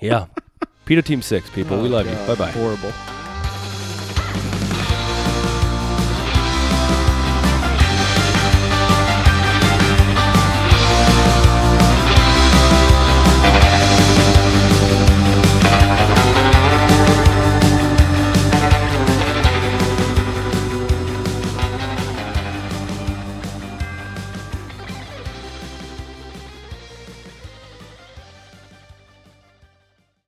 yeah, Pedo Team Six, people. we love you. Bye bye. Horrible.